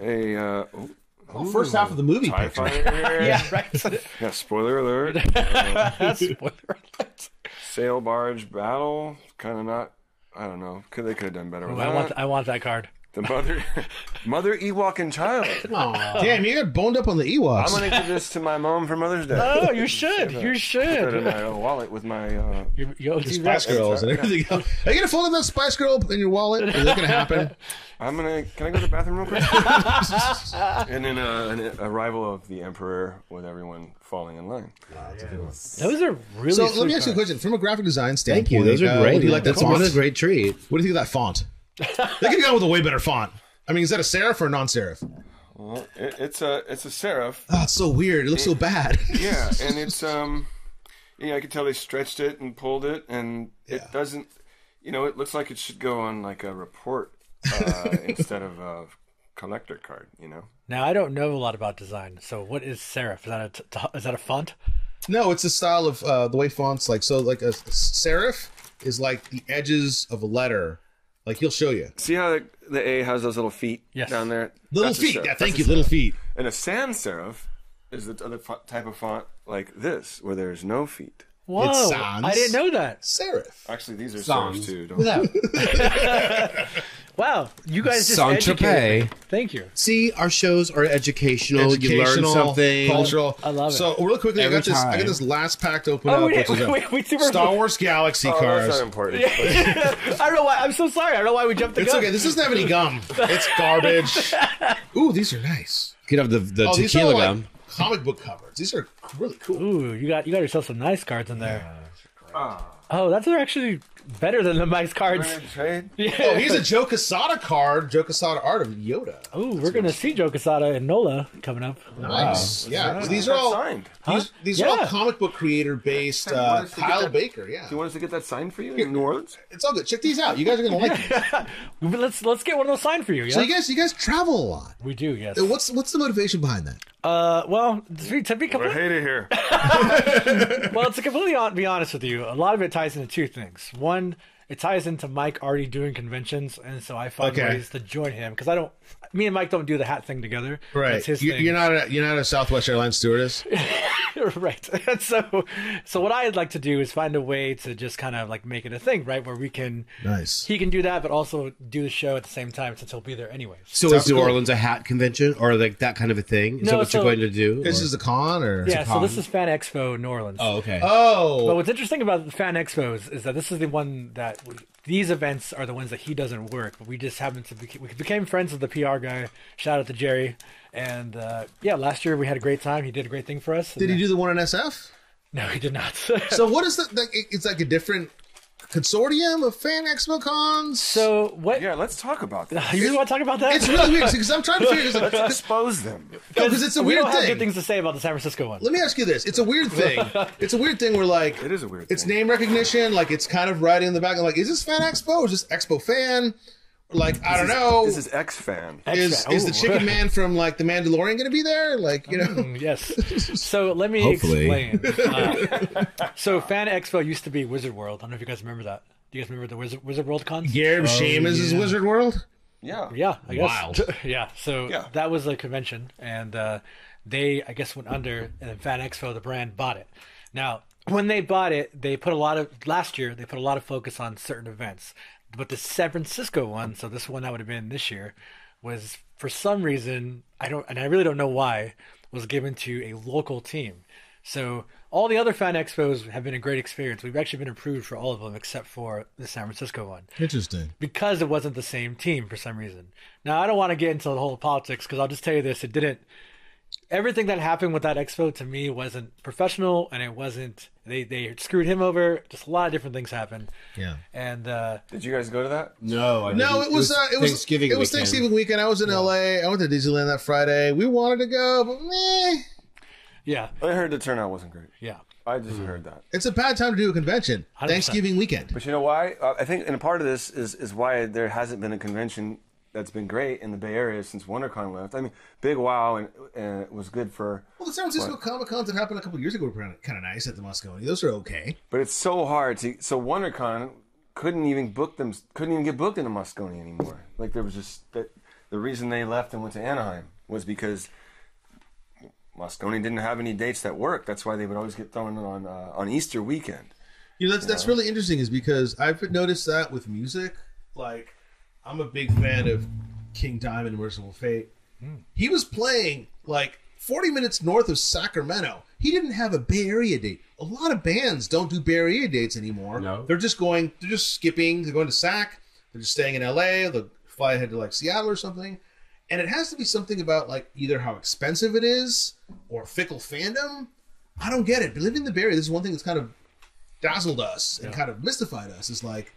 Speaker 3: a uh, ooh,
Speaker 5: Oh, first half of the movie.
Speaker 3: TIE
Speaker 5: picture.
Speaker 3: fighter.
Speaker 2: yeah, right.
Speaker 3: Yeah, spoiler alert.
Speaker 2: That's spoiler alert.
Speaker 3: Sail barge battle. Kind of not. I don't know. Could they could have done better with
Speaker 2: I
Speaker 3: that.
Speaker 2: want, I want that card.
Speaker 3: The mother, mother Ewok and child.
Speaker 5: Aw, Damn, you got boned up on the Ewoks.
Speaker 3: I'm gonna give this to my mom for Mother's Day.
Speaker 2: Oh, you should. You
Speaker 3: Put it in
Speaker 2: should.
Speaker 3: my uh, wallet with my. Uh,
Speaker 2: You, you OT
Speaker 5: Spice
Speaker 2: rep.
Speaker 5: Girls and everything else. Are you gonna fold up that Spice Girl in your wallet? Is that gonna happen?
Speaker 3: I'm gonna. Can I go to the bathroom real quick? and then uh, an arrival of the Emperor with everyone falling in line.
Speaker 2: Those are really.
Speaker 5: So
Speaker 2: sweet
Speaker 5: let me ask you a
Speaker 2: cards.
Speaker 5: question. From a graphic design standpoint,
Speaker 4: Thank you. Those are
Speaker 5: uh,
Speaker 4: great.
Speaker 5: What do you like that
Speaker 4: That's what
Speaker 5: font?
Speaker 4: a great treat.
Speaker 5: What do you think of that font? They could have gone with a way better font. I mean, is that a serif or a non-serif?
Speaker 3: Well, it, it's a it's a serif.
Speaker 5: Oh, it's so weird. It looks so bad.
Speaker 3: Yeah, and it's um, yeah, I could tell they stretched it and pulled it, and
Speaker 5: Yeah.
Speaker 3: it doesn't. You know, it looks like it should go on like a report uh, instead of a collector card. You know,
Speaker 2: Now I don't know a lot about design. So what is serif? Is that a t- t- is that a font?
Speaker 5: No, it's a style of uh, the way fonts like so. Like a s- serif is like the edges of a letter. Like he'll show you
Speaker 3: see how the, the A has those little feet
Speaker 2: Yes.
Speaker 3: down there.
Speaker 5: little
Speaker 3: That's a
Speaker 5: feet.
Speaker 3: serif.
Speaker 5: Yeah,
Speaker 3: That's
Speaker 5: thank
Speaker 3: a
Speaker 5: you,
Speaker 3: serif.
Speaker 5: little feet.
Speaker 3: And a sans serif is the other fo- type of font like this, where there's no feet.
Speaker 2: Whoa!
Speaker 5: sans.
Speaker 2: I didn't know that.
Speaker 5: Serif.
Speaker 3: Actually, these are serifs too. Don't
Speaker 4: Without.
Speaker 2: Wow, you guys just
Speaker 4: Saint
Speaker 2: educated.
Speaker 4: Tropez.
Speaker 2: me. Thank you.
Speaker 4: See, our shows are educational. you learn
Speaker 5: Educational,
Speaker 4: something.
Speaker 5: cultural.
Speaker 2: I love it.
Speaker 5: So really quickly,
Speaker 4: Every
Speaker 5: I got this. I
Speaker 4: time.
Speaker 5: got this last pack to open
Speaker 2: Oh,
Speaker 5: up.
Speaker 2: we,
Speaker 5: which is a
Speaker 2: we, we super.
Speaker 5: Star Wars Galaxy
Speaker 3: Oh,
Speaker 5: cars.
Speaker 3: that's not important.
Speaker 2: I don't know why. I'm so sorry. I don't know why we jumped the
Speaker 5: It's
Speaker 2: gun.
Speaker 5: okay. This doesn't have any gum. It's garbage. Ooh, these are nice.
Speaker 4: Could have the, the
Speaker 5: Oh, these are
Speaker 4: tequila
Speaker 5: like
Speaker 4: gum.
Speaker 5: comic book covers. These are really cool.
Speaker 2: Ooh, you got you got yourself some nice cards in there. Oh, that's actually better than the nice cards.
Speaker 3: Trade, trade.
Speaker 5: Oh, here's a Joe Quesada card. Joe Quesada art of Yoda.
Speaker 2: Ooh, we're gonna see Joe Casada and Nola coming up.
Speaker 5: Nice. Yeah. so these are
Speaker 3: That's
Speaker 5: all
Speaker 3: signed.
Speaker 5: these, these are all
Speaker 2: Yeah.
Speaker 5: comic book creator based.
Speaker 3: Hey, why
Speaker 5: Uh,
Speaker 3: don't you get
Speaker 5: Kyle
Speaker 3: that-
Speaker 5: Baker. Yeah.
Speaker 3: Do you want us to get that signed for you in New Orleans?
Speaker 5: It's all good. Check these out. You guys are gonna like. them.
Speaker 2: But let's let's get one of those signed for you. Yeah,
Speaker 5: So you guys, you guys travel a lot. Uh,
Speaker 2: we do. Yes.
Speaker 5: What's what's the motivation behind that?
Speaker 2: Uh, well, to be, to be
Speaker 3: I
Speaker 2: completely,
Speaker 3: hate it here.
Speaker 2: well, to completely on, be honest with you, a lot of it ties into two things. One, it ties into Mike already doing conventions, and so I find
Speaker 5: Okay.
Speaker 2: ways to join him because I don't. Me and Mike don't do the hat thing together. That's his
Speaker 5: You,
Speaker 2: thing.
Speaker 5: you're not a, you're not a Southwest Airlines stewardess.
Speaker 2: right. And so, so what I'd like to do is find a way to just kind of like make it a thing, right, where we can.
Speaker 5: Nice.
Speaker 2: He can do that, but also do the show at the same time since he'll be there anyways.
Speaker 4: So
Speaker 5: Sounds
Speaker 4: is New
Speaker 5: cool.
Speaker 4: Orleans a hat convention or like that kind of a thing? Is
Speaker 2: No,
Speaker 4: that what
Speaker 2: so-
Speaker 4: you're going to do?
Speaker 5: This
Speaker 4: Or-
Speaker 5: is a con or
Speaker 2: Yeah, so
Speaker 4: con.
Speaker 2: this is Fan Expo New Orleans.
Speaker 4: oh, okay.
Speaker 2: But
Speaker 5: oh
Speaker 2: what's interesting about the Fan Expos is that this is the one that these events are the ones that he doesn't work, but we just happen to be, we became friends with the PR guy. Shout out to Jerry. And uh, yeah, last year we had a great time. He did a great thing for us.
Speaker 5: did he do the one in SF?
Speaker 2: No, he did not.
Speaker 5: So what is that? Like, it- it's like a different consortium of fan expo cons.
Speaker 2: so what?
Speaker 3: Yeah, let's talk about that.
Speaker 2: You really want to talk about that?
Speaker 5: it's really weird because I'm trying to figure this out.
Speaker 3: Expose them.
Speaker 5: Because it's a
Speaker 2: we
Speaker 5: weird
Speaker 2: don't have
Speaker 5: thing.
Speaker 2: good things to say about the San Francisco one.
Speaker 5: Let me ask you this: It's a weird thing. It's a weird thing where like
Speaker 3: It is a weird
Speaker 5: It's
Speaker 3: thing.
Speaker 5: name recognition. Like it's kind of right in the back. I'm like, is this fan expo? Or is this expo fan? Like I don't know.
Speaker 3: This is X fan.
Speaker 5: is
Speaker 2: Extra.
Speaker 5: is the
Speaker 2: Ooh.
Speaker 5: chicken man from like the Mandalorian going to be there? Like you know,
Speaker 2: Yes. So let me
Speaker 4: Hopefully.
Speaker 2: explain. Uh, so Fan Expo used to be Wizard World. I don't know if you guys remember that. Do you guys remember the Wizard, Wizard World con?
Speaker 5: Garib Sheamus is Wizard World.
Speaker 3: Yeah.
Speaker 2: Yeah, I guess.
Speaker 5: Wild.
Speaker 2: yeah, so
Speaker 3: Yeah.
Speaker 2: that was a convention, and uh, they, I guess, went under, and Fan Expo, the brand, bought it. Now, when they bought it, they put a lot of last year. They put a lot of focus on certain events, but the San Francisco one, so this one that would have been this year, was for some reason I don't, and I really don't know why, was given to a local team. So all the other fan expos have been a great experience. We've actually been approved for all of them except for the San Francisco one
Speaker 5: Interesting.
Speaker 2: because it wasn't the same team for some reason. Now I don't want to get into the whole politics because I'll just tell you this: it didn't. Everything that happened with that expo to me wasn't professional, and it wasn't. They they screwed him over. Just a lot of different things happened,
Speaker 5: Yeah.
Speaker 2: and uh,
Speaker 3: Did you guys go to that?
Speaker 4: no, I
Speaker 5: No,
Speaker 4: didn't.
Speaker 5: it was, uh, it was
Speaker 4: Thanksgiving.
Speaker 5: It was
Speaker 4: weekend.
Speaker 5: Thanksgiving weekend. I was in L.A. I went to Disneyland that Friday. We wanted to go, but meh.
Speaker 2: yeah,
Speaker 3: I heard the turnout wasn't great.
Speaker 2: yeah.
Speaker 3: I just heard that.
Speaker 5: It's a bad time to do a convention.
Speaker 2: 100%.
Speaker 5: Thanksgiving weekend.
Speaker 3: But you know why? Uh, I think, and a part of this is is why there hasn't been a convention that's been great in the Bay Area since WonderCon left. I mean, Big Wow and, and it was good for,
Speaker 5: Well, the San Francisco Comic Cons that happened a couple years ago were kind of nice at the Moscone. Those are okay.
Speaker 3: but it's so hard to. So WonderCon couldn't even book them. Couldn't even get booked into Moscone anymore. Like there was just that. The reason they left and went to Anaheim was because Moscone didn't have any dates that worked. That's why they would always get thrown on uh, on Easter weekend.
Speaker 5: You know, that's that's really interesting, is because I've noticed that with music. Like, I'm a big fan of King Diamond, Merciful Fate. He was playing like 40 minutes north of Sacramento. He didn't have a Bay Area date. A lot of bands don't do Bay Area dates anymore.
Speaker 4: No.
Speaker 5: they're just going. They're just skipping. They're going to Sac. They're just staying in L.A. They'll fly ahead to like Seattle or something. And it has to be something about like either how expensive it is or fickle fandom. I don't get it. But living in the Bay Area, this is one thing that's kind of dazzled us and kind of mystified us. Is like,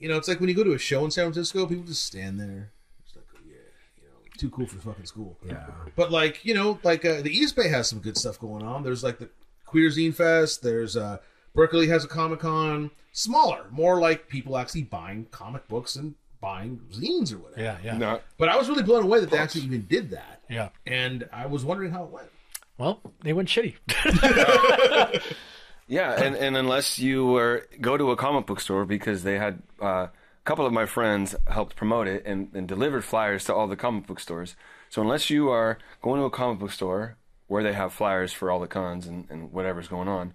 Speaker 5: you know, it's like when you go to a show in San Francisco, people just stand there. It's like, oh, yeah, you know, too cool for fucking school. Yeah. But like, you know, like uh, the East Bay has some good stuff going on. There's like the Queer Zine Fest. There's uh, Berkeley has a Comic Con. Smaller, more like people actually buying comic books and buying zines or whatever.
Speaker 2: Yeah, yeah,
Speaker 3: No,
Speaker 5: But I was really blown away that they actually even did that.
Speaker 2: yeah.
Speaker 5: And I was wondering how it went.
Speaker 2: Well, they went shitty.
Speaker 3: Yeah, and, and unless you were go to a comic book store because they had uh, a couple of my friends helped promote it and, and delivered flyers to all the comic book stores. So unless you are going to a comic book store where they have flyers for all the cons and, and whatever's going on,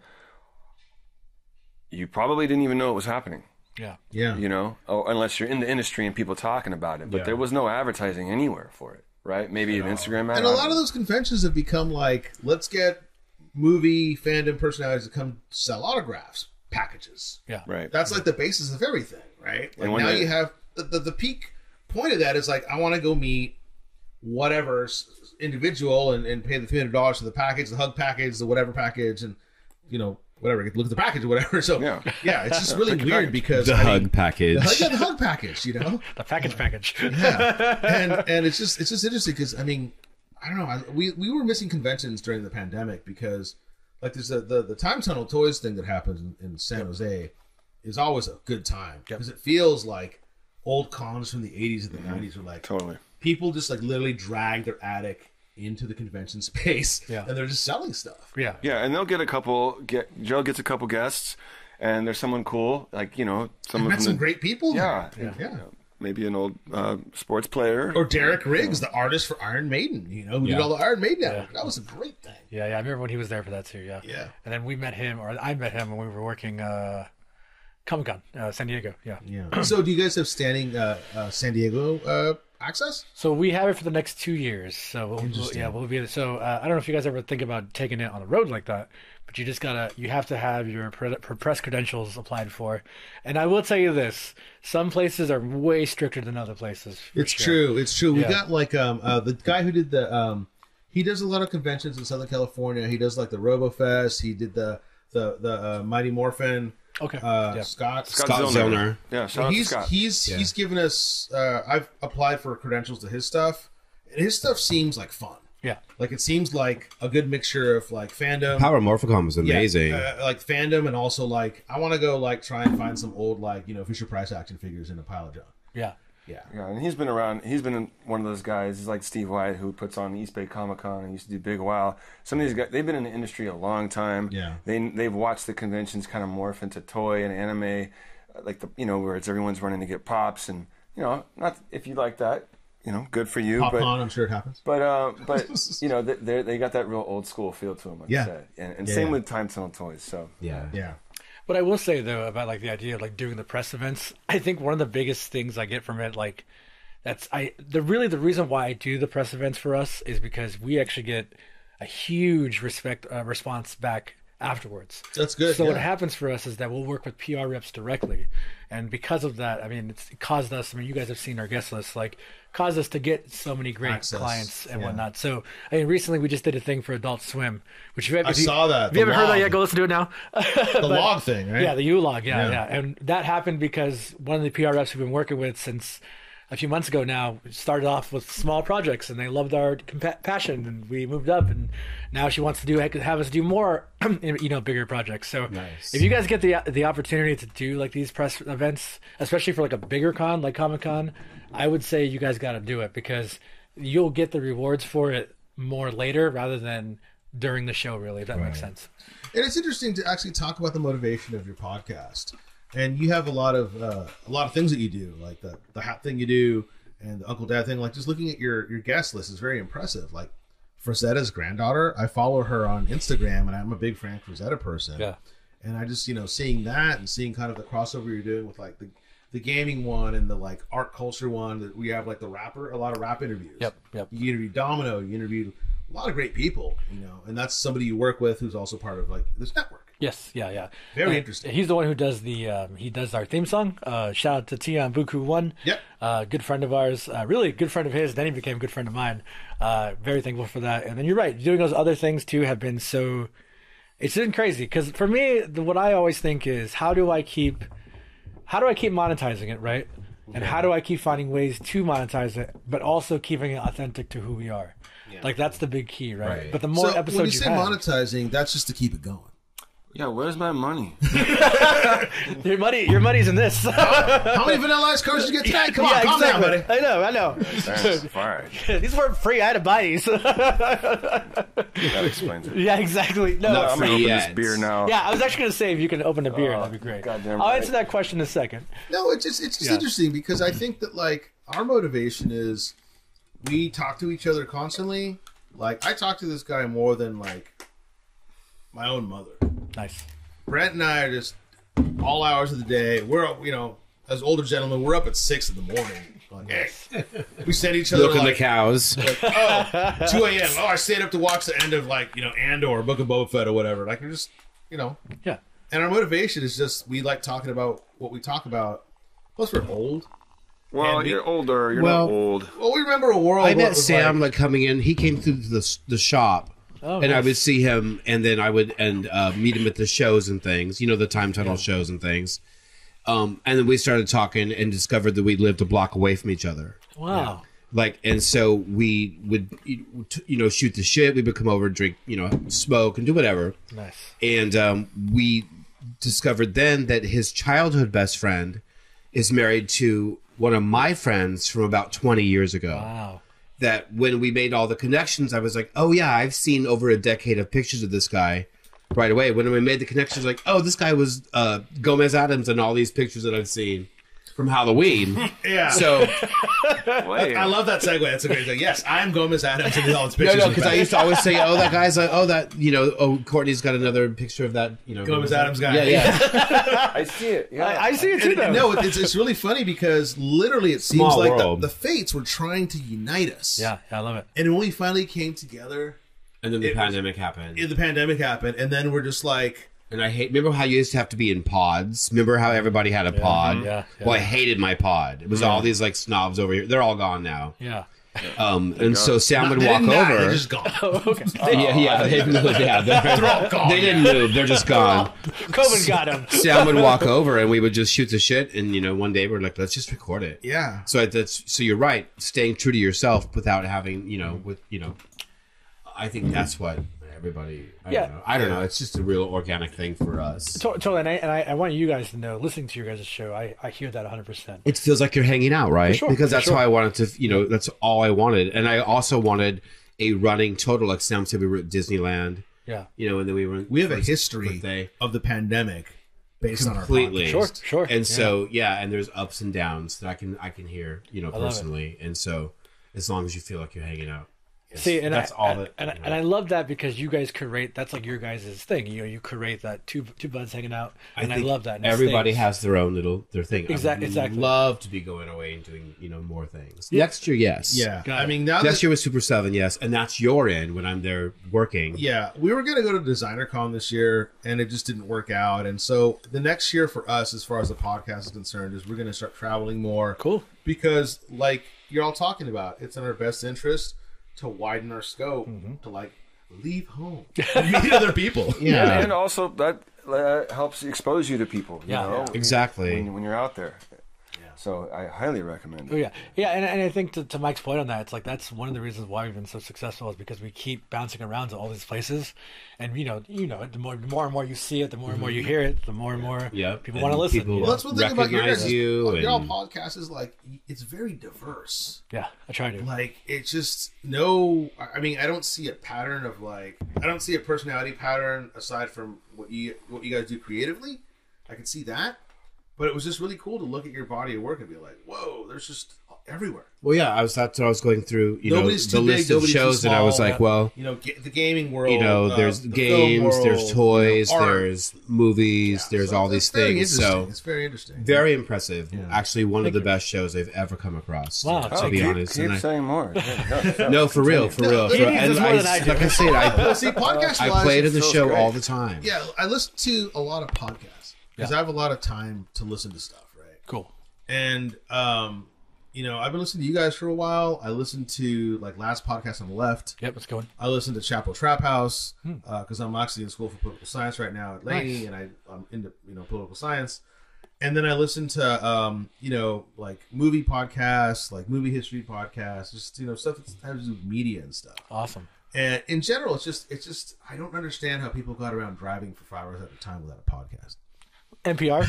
Speaker 3: you probably didn't even know it was happening.
Speaker 2: Yeah.
Speaker 5: Yeah.
Speaker 3: you know, oh, unless you're in the industry and people talking about it. But
Speaker 5: Yeah.
Speaker 3: there was no advertising anywhere for it, right? Maybe an Instagram ad.
Speaker 5: And a lot of those conventions have become like, let's get movie fandom personalities to come sell autographs packages.
Speaker 2: Yeah.
Speaker 3: right.
Speaker 5: That's like the basis of everything, right? Like
Speaker 3: And when
Speaker 5: now
Speaker 3: they-
Speaker 5: you have the, the, the peak point of that is like, I want to go meet whatever s- individual and, and pay the $300 for the package, the hug package, the whatever package, and, you know, whatever, look at the package or whatever. So, yeah,
Speaker 3: Yeah.
Speaker 5: it's just really weird because
Speaker 4: The
Speaker 5: I mean,
Speaker 4: hug package.
Speaker 5: the hug, yeah, the hug package, you know?
Speaker 2: The package package.
Speaker 5: yeah and and it's just it's just interesting because i mean i don't know I, we we were missing conventions during the pandemic because like there's the the, the time tunnel toys thing that happens in, in san jose is always a good time because it feels like old cons from the 80s and the 90s were like
Speaker 3: Totally.
Speaker 5: people just like literally drag their attic into the convention space
Speaker 2: Yeah.
Speaker 5: and they're just selling stuff
Speaker 2: yeah.
Speaker 3: Yeah, and they'll get a couple. Get Joe gets a couple guests, and there's someone cool, like you know,
Speaker 5: i
Speaker 3: someone
Speaker 5: met
Speaker 3: from
Speaker 5: some
Speaker 3: the-
Speaker 5: great people
Speaker 3: Yeah,
Speaker 5: there. yeah
Speaker 3: maybe an old uh, sports player.
Speaker 5: or Derek Riggs, the artist for Iron Maiden, you know, who did
Speaker 4: Yeah.
Speaker 5: all the Iron Maiden. artwork. That was a great thing.
Speaker 2: Yeah, yeah, I remember when he was there for that too. Yeah,
Speaker 5: Yeah.
Speaker 2: And then we met him, or I met him when we were working uh, Comic Con, uh, San Diego. Yeah.
Speaker 5: Yeah. so, do you guys have standing uh, uh, San Diego uh, access?
Speaker 2: So we have it for the next two years. So we'll, we'll, yeah, we'll be. So uh, I don't know if you guys ever think about taking it on the road like that, but you just gotta, you have to have your pre- pre- press credentials applied for. And I will tell you this: some places are way stricter than other places. for
Speaker 5: It's
Speaker 2: sure.
Speaker 5: true. It's true. We
Speaker 2: Yeah.
Speaker 5: got like um, uh, the guy who did the um, he does a lot of conventions in Southern California. He does like the RoboFest. He did the the the uh, Mighty Morphin.
Speaker 2: Okay.
Speaker 5: Uh,
Speaker 2: yeah.
Speaker 5: Scott.
Speaker 4: Scott Zillner.
Speaker 3: Yeah, shout out to
Speaker 5: he's
Speaker 3: Scott.
Speaker 5: he's he's given us. Uh, I've applied for credentials to his stuff, and his stuff seems like fun.
Speaker 2: Yeah.
Speaker 5: Like it seems like a good mixture of like fandom.
Speaker 4: Power Morphicon was
Speaker 5: Yeah,
Speaker 4: amazing.
Speaker 5: uh, like fandom, and also like I want to go like try and find some old like you know Fisher Price action figures in a pile of junk.
Speaker 2: Yeah.
Speaker 5: Yeah,
Speaker 3: yeah, and he's been around. He's been one of those guys. He's like Steve White, who puts on East Bay Comic Con and used to do Big Wow. Some of these guys, they've been in the industry a long time.
Speaker 5: Yeah.
Speaker 3: they they've watched the conventions kind of morph into toy and anime, uh, like the you know where it's everyone's running to get pops and you know not if you like that, you know, good for you.
Speaker 5: pop
Speaker 3: but
Speaker 5: con. I'm sure it happens.
Speaker 3: But uh, but you know, they they got that real old school feel to them, like
Speaker 5: Yeah.
Speaker 3: you said, and, and
Speaker 5: Yeah,
Speaker 3: same
Speaker 5: yeah.
Speaker 3: with Time Tunnel Toys. So
Speaker 4: yeah.
Speaker 5: Yeah,
Speaker 2: What I will say though about like the idea of like doing the press events, I think one of the biggest things I get from it, like that's I the really the reason why I do the press events for us is because we actually get a huge respect uh, response back afterwards.
Speaker 5: That's good,
Speaker 2: So what
Speaker 5: yeah.
Speaker 2: happens for us is that we'll work with PR reps directly, and because of that, I mean, it's it caused us. I mean, you guys have seen our guest list, like caused us to get so many great
Speaker 5: Access,
Speaker 2: clients and
Speaker 5: yeah.
Speaker 2: whatnot. So I mean, recently we just did a thing for Adult Swim, which if you have,
Speaker 5: I
Speaker 2: if you-
Speaker 5: saw that,
Speaker 2: If you
Speaker 5: the
Speaker 2: haven't heard that
Speaker 5: log.
Speaker 2: yet, go listen to it now.
Speaker 5: the log thing, right?
Speaker 2: Yeah, the U log. Yeah,
Speaker 5: Yeah.
Speaker 2: yeah, And that happened because one of the PRFs we've been working with since a few months ago now started off with small projects, and they loved our compa- passion, and we moved up, and now she wants to do have us do more, you know, bigger projects. So if you guys get the the opportunity to do like these press events, especially for like a bigger con like Comic Con, I would say you guys got to do it because you'll get the rewards for it more later rather than during the show. Really, if that makes sense.
Speaker 5: and it's interesting to actually talk about the motivation of your podcast. And you have a lot of uh, a lot of things that you do, like the the hat thing you do, and the Uncle Dad thing. Like just looking at your your guest list is very impressive. Like Frizetta's granddaughter, I follow her on Instagram, and I'm a big Frank Frazetta person.
Speaker 2: Yeah.
Speaker 5: and I just you know seeing that and seeing kind of the crossover you're doing with like the the gaming one and the like art culture one that we have like the rapper a lot of rap interviews.
Speaker 2: Yep, yep.
Speaker 5: You interviewed Domino, you interviewed a lot of great people, you know, and that's somebody you work with who's also part of like this network.
Speaker 2: Yes, yeah, yeah.
Speaker 5: Very
Speaker 2: And
Speaker 5: interesting.
Speaker 2: He's the one who does the um, he does our theme song. Uh, shout out to Tion Buku One.
Speaker 5: Yep.
Speaker 2: Uh, good friend of ours, uh, really good friend of his. Then he became a good friend of mine. Uh, very thankful for that. And then you're right, doing those other things too have been so. It's been crazy because for me, the, what I always think is how do I keep, how do I keep monetizing it right, and how do I keep finding ways to monetize it, but also keeping it authentic to who we are. Like that's the big key, right?
Speaker 4: Right.
Speaker 2: But the more
Speaker 5: so
Speaker 2: episodes
Speaker 5: when you
Speaker 2: you
Speaker 5: say
Speaker 2: have,
Speaker 5: monetizing, that's just to keep it going.
Speaker 3: yeah, where's my money?
Speaker 2: your money, your money's in this.
Speaker 5: How many vanilla ice cones did you get today? Come on, calm down, buddy.
Speaker 2: I know, I know.
Speaker 3: Fine,
Speaker 2: These weren't free. I had to buy these.
Speaker 3: that explains it.
Speaker 2: yeah, exactly. No.
Speaker 3: I'm gonna open
Speaker 4: Yes.
Speaker 3: this beer now.
Speaker 2: yeah, I was actually gonna say if you can open a beer, that'd be great.
Speaker 3: goddamn
Speaker 2: I'll
Speaker 3: right.
Speaker 2: answer that question in a second.
Speaker 5: No, it's just it's just
Speaker 2: Yeah.
Speaker 5: interesting because I think that like our motivation is we talk to each other constantly. Like I talk to this guy more than like my own mother.
Speaker 2: Nice.
Speaker 5: Brent and I are just all hours of the day. We're up, you know, as older gentlemen, we're up at six in the morning. Like, we send each other
Speaker 4: Milking the
Speaker 5: like,
Speaker 4: cows.
Speaker 5: oh, 2 a.m. Oh, I stayed up to watch the end of like you know Andor, Book of Boba Fett, or whatever. Like we're just you know,
Speaker 2: Yeah.
Speaker 5: and our motivation is just we like talking about what we talk about. Plus, we're old.
Speaker 3: Well,
Speaker 5: And we-
Speaker 3: you're older. You're
Speaker 4: Well-
Speaker 3: not old.
Speaker 5: Well, we remember a world.
Speaker 4: I
Speaker 5: where it
Speaker 4: met
Speaker 5: was
Speaker 4: Sam
Speaker 5: Like,
Speaker 4: like coming in. He came through the the shop,
Speaker 2: Oh,
Speaker 4: and I
Speaker 2: nice.
Speaker 4: would see him, and then I would and uh, meet him at the shows and things. You know, the time tunnel shows and things. Um, and then we started talking and discovered that we lived a block away from each other.
Speaker 2: Wow.
Speaker 4: Like, and so we would, you you know, shoot the shit. We would come over, drink, you know, smoke, and do whatever.
Speaker 2: Nice.
Speaker 4: And um, we discovered then that his childhood best friend is married to one of my friends from about 20 years ago
Speaker 2: Wow.
Speaker 4: that when we made all the connections, I was like, oh yeah, I've seen over a decade of pictures of this guy right away. When we made the connections, like, oh, this guy was uh, Gomez Adams in all these pictures that I've seen from Halloween.
Speaker 5: yeah.
Speaker 4: so
Speaker 3: Wait.
Speaker 5: I love that segue. That's a great thing. Yes, I'm Gomez Adams and all his
Speaker 4: no,
Speaker 5: pictures.
Speaker 4: no,
Speaker 5: in the
Speaker 4: because I
Speaker 5: back.
Speaker 4: used to always say, oh, that guy's like, oh, that you know, oh, Courtney's got another picture of that, you know,
Speaker 5: Gomez Adams guy.
Speaker 4: Yeah, yeah.
Speaker 3: I see it. Yeah.
Speaker 2: I, I see it too,
Speaker 5: And-
Speaker 2: though.
Speaker 5: and no, it's, it's really funny because literally it seems
Speaker 4: Small
Speaker 5: like the,
Speaker 4: world.
Speaker 5: the fates were trying to unite us.
Speaker 2: Yeah, yeah, I love it.
Speaker 5: And when we finally came together,
Speaker 4: and then the pandemic happened.
Speaker 5: the pandemic happened, and then we're just like,
Speaker 4: And I hate. Remember how you used to have to be in pods? Remember how everybody had a pod?
Speaker 2: yeah,
Speaker 4: Well, I hated my pod. It was all these like snobs over here. They're all gone now.
Speaker 2: Yeah.
Speaker 4: Um, and so Sam would
Speaker 5: they
Speaker 4: walk
Speaker 5: didn't Oh. die,
Speaker 4: over.
Speaker 5: They're just gone.
Speaker 2: okay.
Speaker 4: yeah, yeah, they didn't move. Yeah, they're, all
Speaker 5: Oh,
Speaker 4: gone. They didn't move. They're just gone.
Speaker 2: COVID got him.
Speaker 4: Sam would walk over, and we would just shoot the shit. And you know, one day we're like, let's just record it.
Speaker 5: Yeah.
Speaker 4: So I- that's so you're right. Staying true to yourself without having you know with you know, I think that's what everybody. I
Speaker 2: Yeah.
Speaker 4: don't know. I don't know. It's just a real organic thing for us.
Speaker 2: To- Totally, and, I, and I, I want you guys to know, listening to your guys' show, I, I hear that 100%.
Speaker 4: it feels like you're hanging out, right?
Speaker 2: sure,
Speaker 4: because
Speaker 2: for
Speaker 4: that's
Speaker 2: sure.
Speaker 4: how I wanted to, you know, that's all I wanted. And I also wanted a running total. Like Sam said, we were at Disneyland,
Speaker 2: Yeah.
Speaker 4: you know, and then we were.
Speaker 5: We have a history
Speaker 4: birthday.
Speaker 5: of the pandemic based
Speaker 4: completely.
Speaker 5: on our podcast.
Speaker 2: Sure, sure.
Speaker 4: And
Speaker 2: Yeah.
Speaker 4: so, yeah, and there's ups and downs that I can I can hear, you know,
Speaker 2: love it.
Speaker 4: personally. And so, as long as you feel like you're hanging out, it's-
Speaker 2: See, and
Speaker 4: that's
Speaker 2: I,
Speaker 4: all
Speaker 2: and,
Speaker 4: that.
Speaker 2: and,
Speaker 4: you know.
Speaker 2: and I love that because you guys curate. That's like your guys' thing. You know, you curate that two two buds hanging out, and I,
Speaker 4: think
Speaker 2: love that. and it
Speaker 4: Everybody
Speaker 2: stays.
Speaker 4: has their own little their thing. I
Speaker 2: Exact-
Speaker 4: would
Speaker 2: exactly.
Speaker 4: Love to be going away and doing you know more things next year. Yes.
Speaker 5: Yeah.
Speaker 2: Got
Speaker 5: I
Speaker 2: it.
Speaker 5: mean, now that,
Speaker 4: Next year was Super Seven. Yes, and that's your end when I'm there working.
Speaker 5: yeah, we were going to go to Designer Con this year, and it just didn't work out. And so the next year for us, as far as the podcast is concerned, is we're going to start traveling more.
Speaker 2: cool.
Speaker 5: Because, like you're all talking about, it's in our best interest to widen our scope,
Speaker 4: Mm-hmm.
Speaker 5: to like leave home, and meet other people.
Speaker 4: Yeah.
Speaker 3: And, and also that uh, helps expose you to people. You
Speaker 2: Yeah.
Speaker 3: know?
Speaker 4: Exactly.
Speaker 3: When, when you're out there. So I highly recommend it.
Speaker 2: Oh yeah, yeah, and, and I think to, to Mike's point on that, it's like that's one of the reasons why we've been so successful is because we keep bouncing around to all these places, and you know, you know, the more more and more you see it, the more and more you hear it, the more and more
Speaker 4: Yeah.
Speaker 2: people
Speaker 4: And
Speaker 2: want to listen.
Speaker 4: people-
Speaker 2: you know?
Speaker 5: Well, that's one thing about your
Speaker 4: Recognize
Speaker 5: guys'
Speaker 4: you
Speaker 5: your all
Speaker 4: and-
Speaker 5: podcast is like it's very diverse.
Speaker 2: Yeah, I try to.
Speaker 5: Like it's just no. I mean, I don't see a pattern of like I don't see a personality pattern aside from what you what you guys do creatively. I can see that, but it was just really cool to look at your body of work and be like, whoa, there's just everywhere.
Speaker 4: Well, yeah, I was that's what I was going through. You
Speaker 5: Nobody's
Speaker 4: know,
Speaker 5: too
Speaker 4: the
Speaker 5: big,
Speaker 4: list of
Speaker 5: nobody's too
Speaker 4: shows, and I was
Speaker 5: small.
Speaker 4: like, well,
Speaker 5: You know, ga- the gaming world.
Speaker 4: you know,
Speaker 5: uh,
Speaker 4: there's
Speaker 5: the film
Speaker 4: games,
Speaker 5: world,
Speaker 4: there's
Speaker 5: you know,
Speaker 4: toys,
Speaker 5: art.
Speaker 4: there's movies,
Speaker 5: Yeah,
Speaker 4: there's
Speaker 5: so
Speaker 4: all
Speaker 5: it's
Speaker 4: these
Speaker 5: very
Speaker 4: things.
Speaker 5: interesting.
Speaker 4: So
Speaker 5: it's very interesting.
Speaker 4: very impressive. Actually, one of the best shows I've ever come across.
Speaker 2: Wow.
Speaker 4: to
Speaker 2: Oh,
Speaker 4: be
Speaker 3: keep,
Speaker 4: honest.
Speaker 3: keep
Speaker 4: And I-
Speaker 3: saying more.
Speaker 4: no, for real, for real.
Speaker 5: He
Speaker 4: for-
Speaker 2: needs
Speaker 4: and
Speaker 2: this more
Speaker 4: I,
Speaker 2: than I do.
Speaker 4: like I said, I,
Speaker 5: See, podcast.
Speaker 4: I played in the
Speaker 3: feels
Speaker 4: show
Speaker 3: great.
Speaker 4: all the time.
Speaker 5: Yeah, I listen to a lot of podcasts because I have a lot of time to listen to stuff, right?
Speaker 2: Cool.
Speaker 5: And um, you know, I've been listening to you guys for a while. I listened to like last podcast on the left.
Speaker 2: Yep, it's going.
Speaker 5: I listened to Chapel Trap House because I'm actually in school for political science right now at Laney, and I, I'm into you know political science. And then I listened to um, you know like movie podcasts, like movie history podcasts, just you know stuff that has to do with media and stuff.
Speaker 2: Awesome.
Speaker 5: And in general, it's just it's just I don't understand how people got around driving for five hours at a time without a podcast.
Speaker 2: NPR.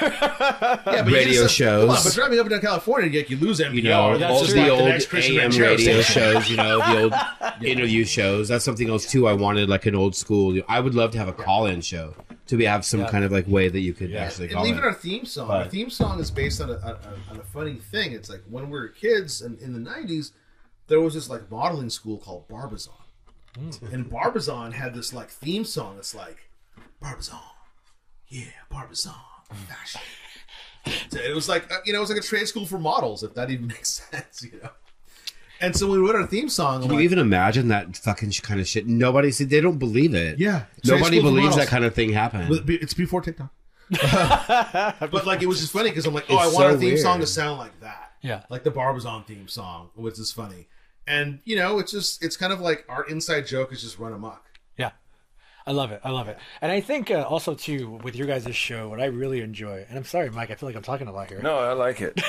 Speaker 5: Yeah, but you
Speaker 4: Radio
Speaker 5: just-
Speaker 4: shows.
Speaker 5: Come on, but driving up and down California, you, get, you lose NPR.
Speaker 4: You know,
Speaker 5: That's
Speaker 4: all
Speaker 5: just
Speaker 4: the
Speaker 5: like
Speaker 4: old
Speaker 5: next Christian
Speaker 4: AM
Speaker 5: Ranchero
Speaker 4: radio
Speaker 5: station.
Speaker 4: shows, you know, the old interview shows. That's something else too. I wanted like an old school. I would love to have a call-in show to be have some kind of like way that you could actually
Speaker 5: And
Speaker 4: call
Speaker 5: even
Speaker 4: in.
Speaker 5: our theme song. Our theme song is based on a, on a, on a funny thing. It's like when we were kids and in the 90s, there was this like modeling school called Barbizon. And Barbizon had this like theme song that's like, Barbizon. Yeah, Barbizon. fashion. it was like uh, you know, it was like a trade school for models, if that even makes sense, you know. And so when we wrote our theme song. I'm
Speaker 4: Can you
Speaker 5: like,
Speaker 4: even imagine that fucking sh- kind of shit? Nobody see they don't believe it.
Speaker 5: Yeah.
Speaker 4: Nobody
Speaker 5: Trade schools
Speaker 4: believes
Speaker 5: models.
Speaker 4: that kind of thing happened.
Speaker 5: But be- It's before TikTok. but like it was just funny because I'm like, oh,
Speaker 4: It's
Speaker 5: I want
Speaker 4: so
Speaker 5: our theme
Speaker 4: weird.
Speaker 5: song to sound like that.
Speaker 2: Yeah.
Speaker 5: Like the Barbizon theme song, which is funny. And you know, it's just it's kind of like our inside joke is just run amok.
Speaker 2: Yeah. I love it. I love it. And I think uh, also too with your guys' show, what I really enjoy, and I'm sorry, Mike, I feel like I'm talking a lot here.
Speaker 3: No, I like it.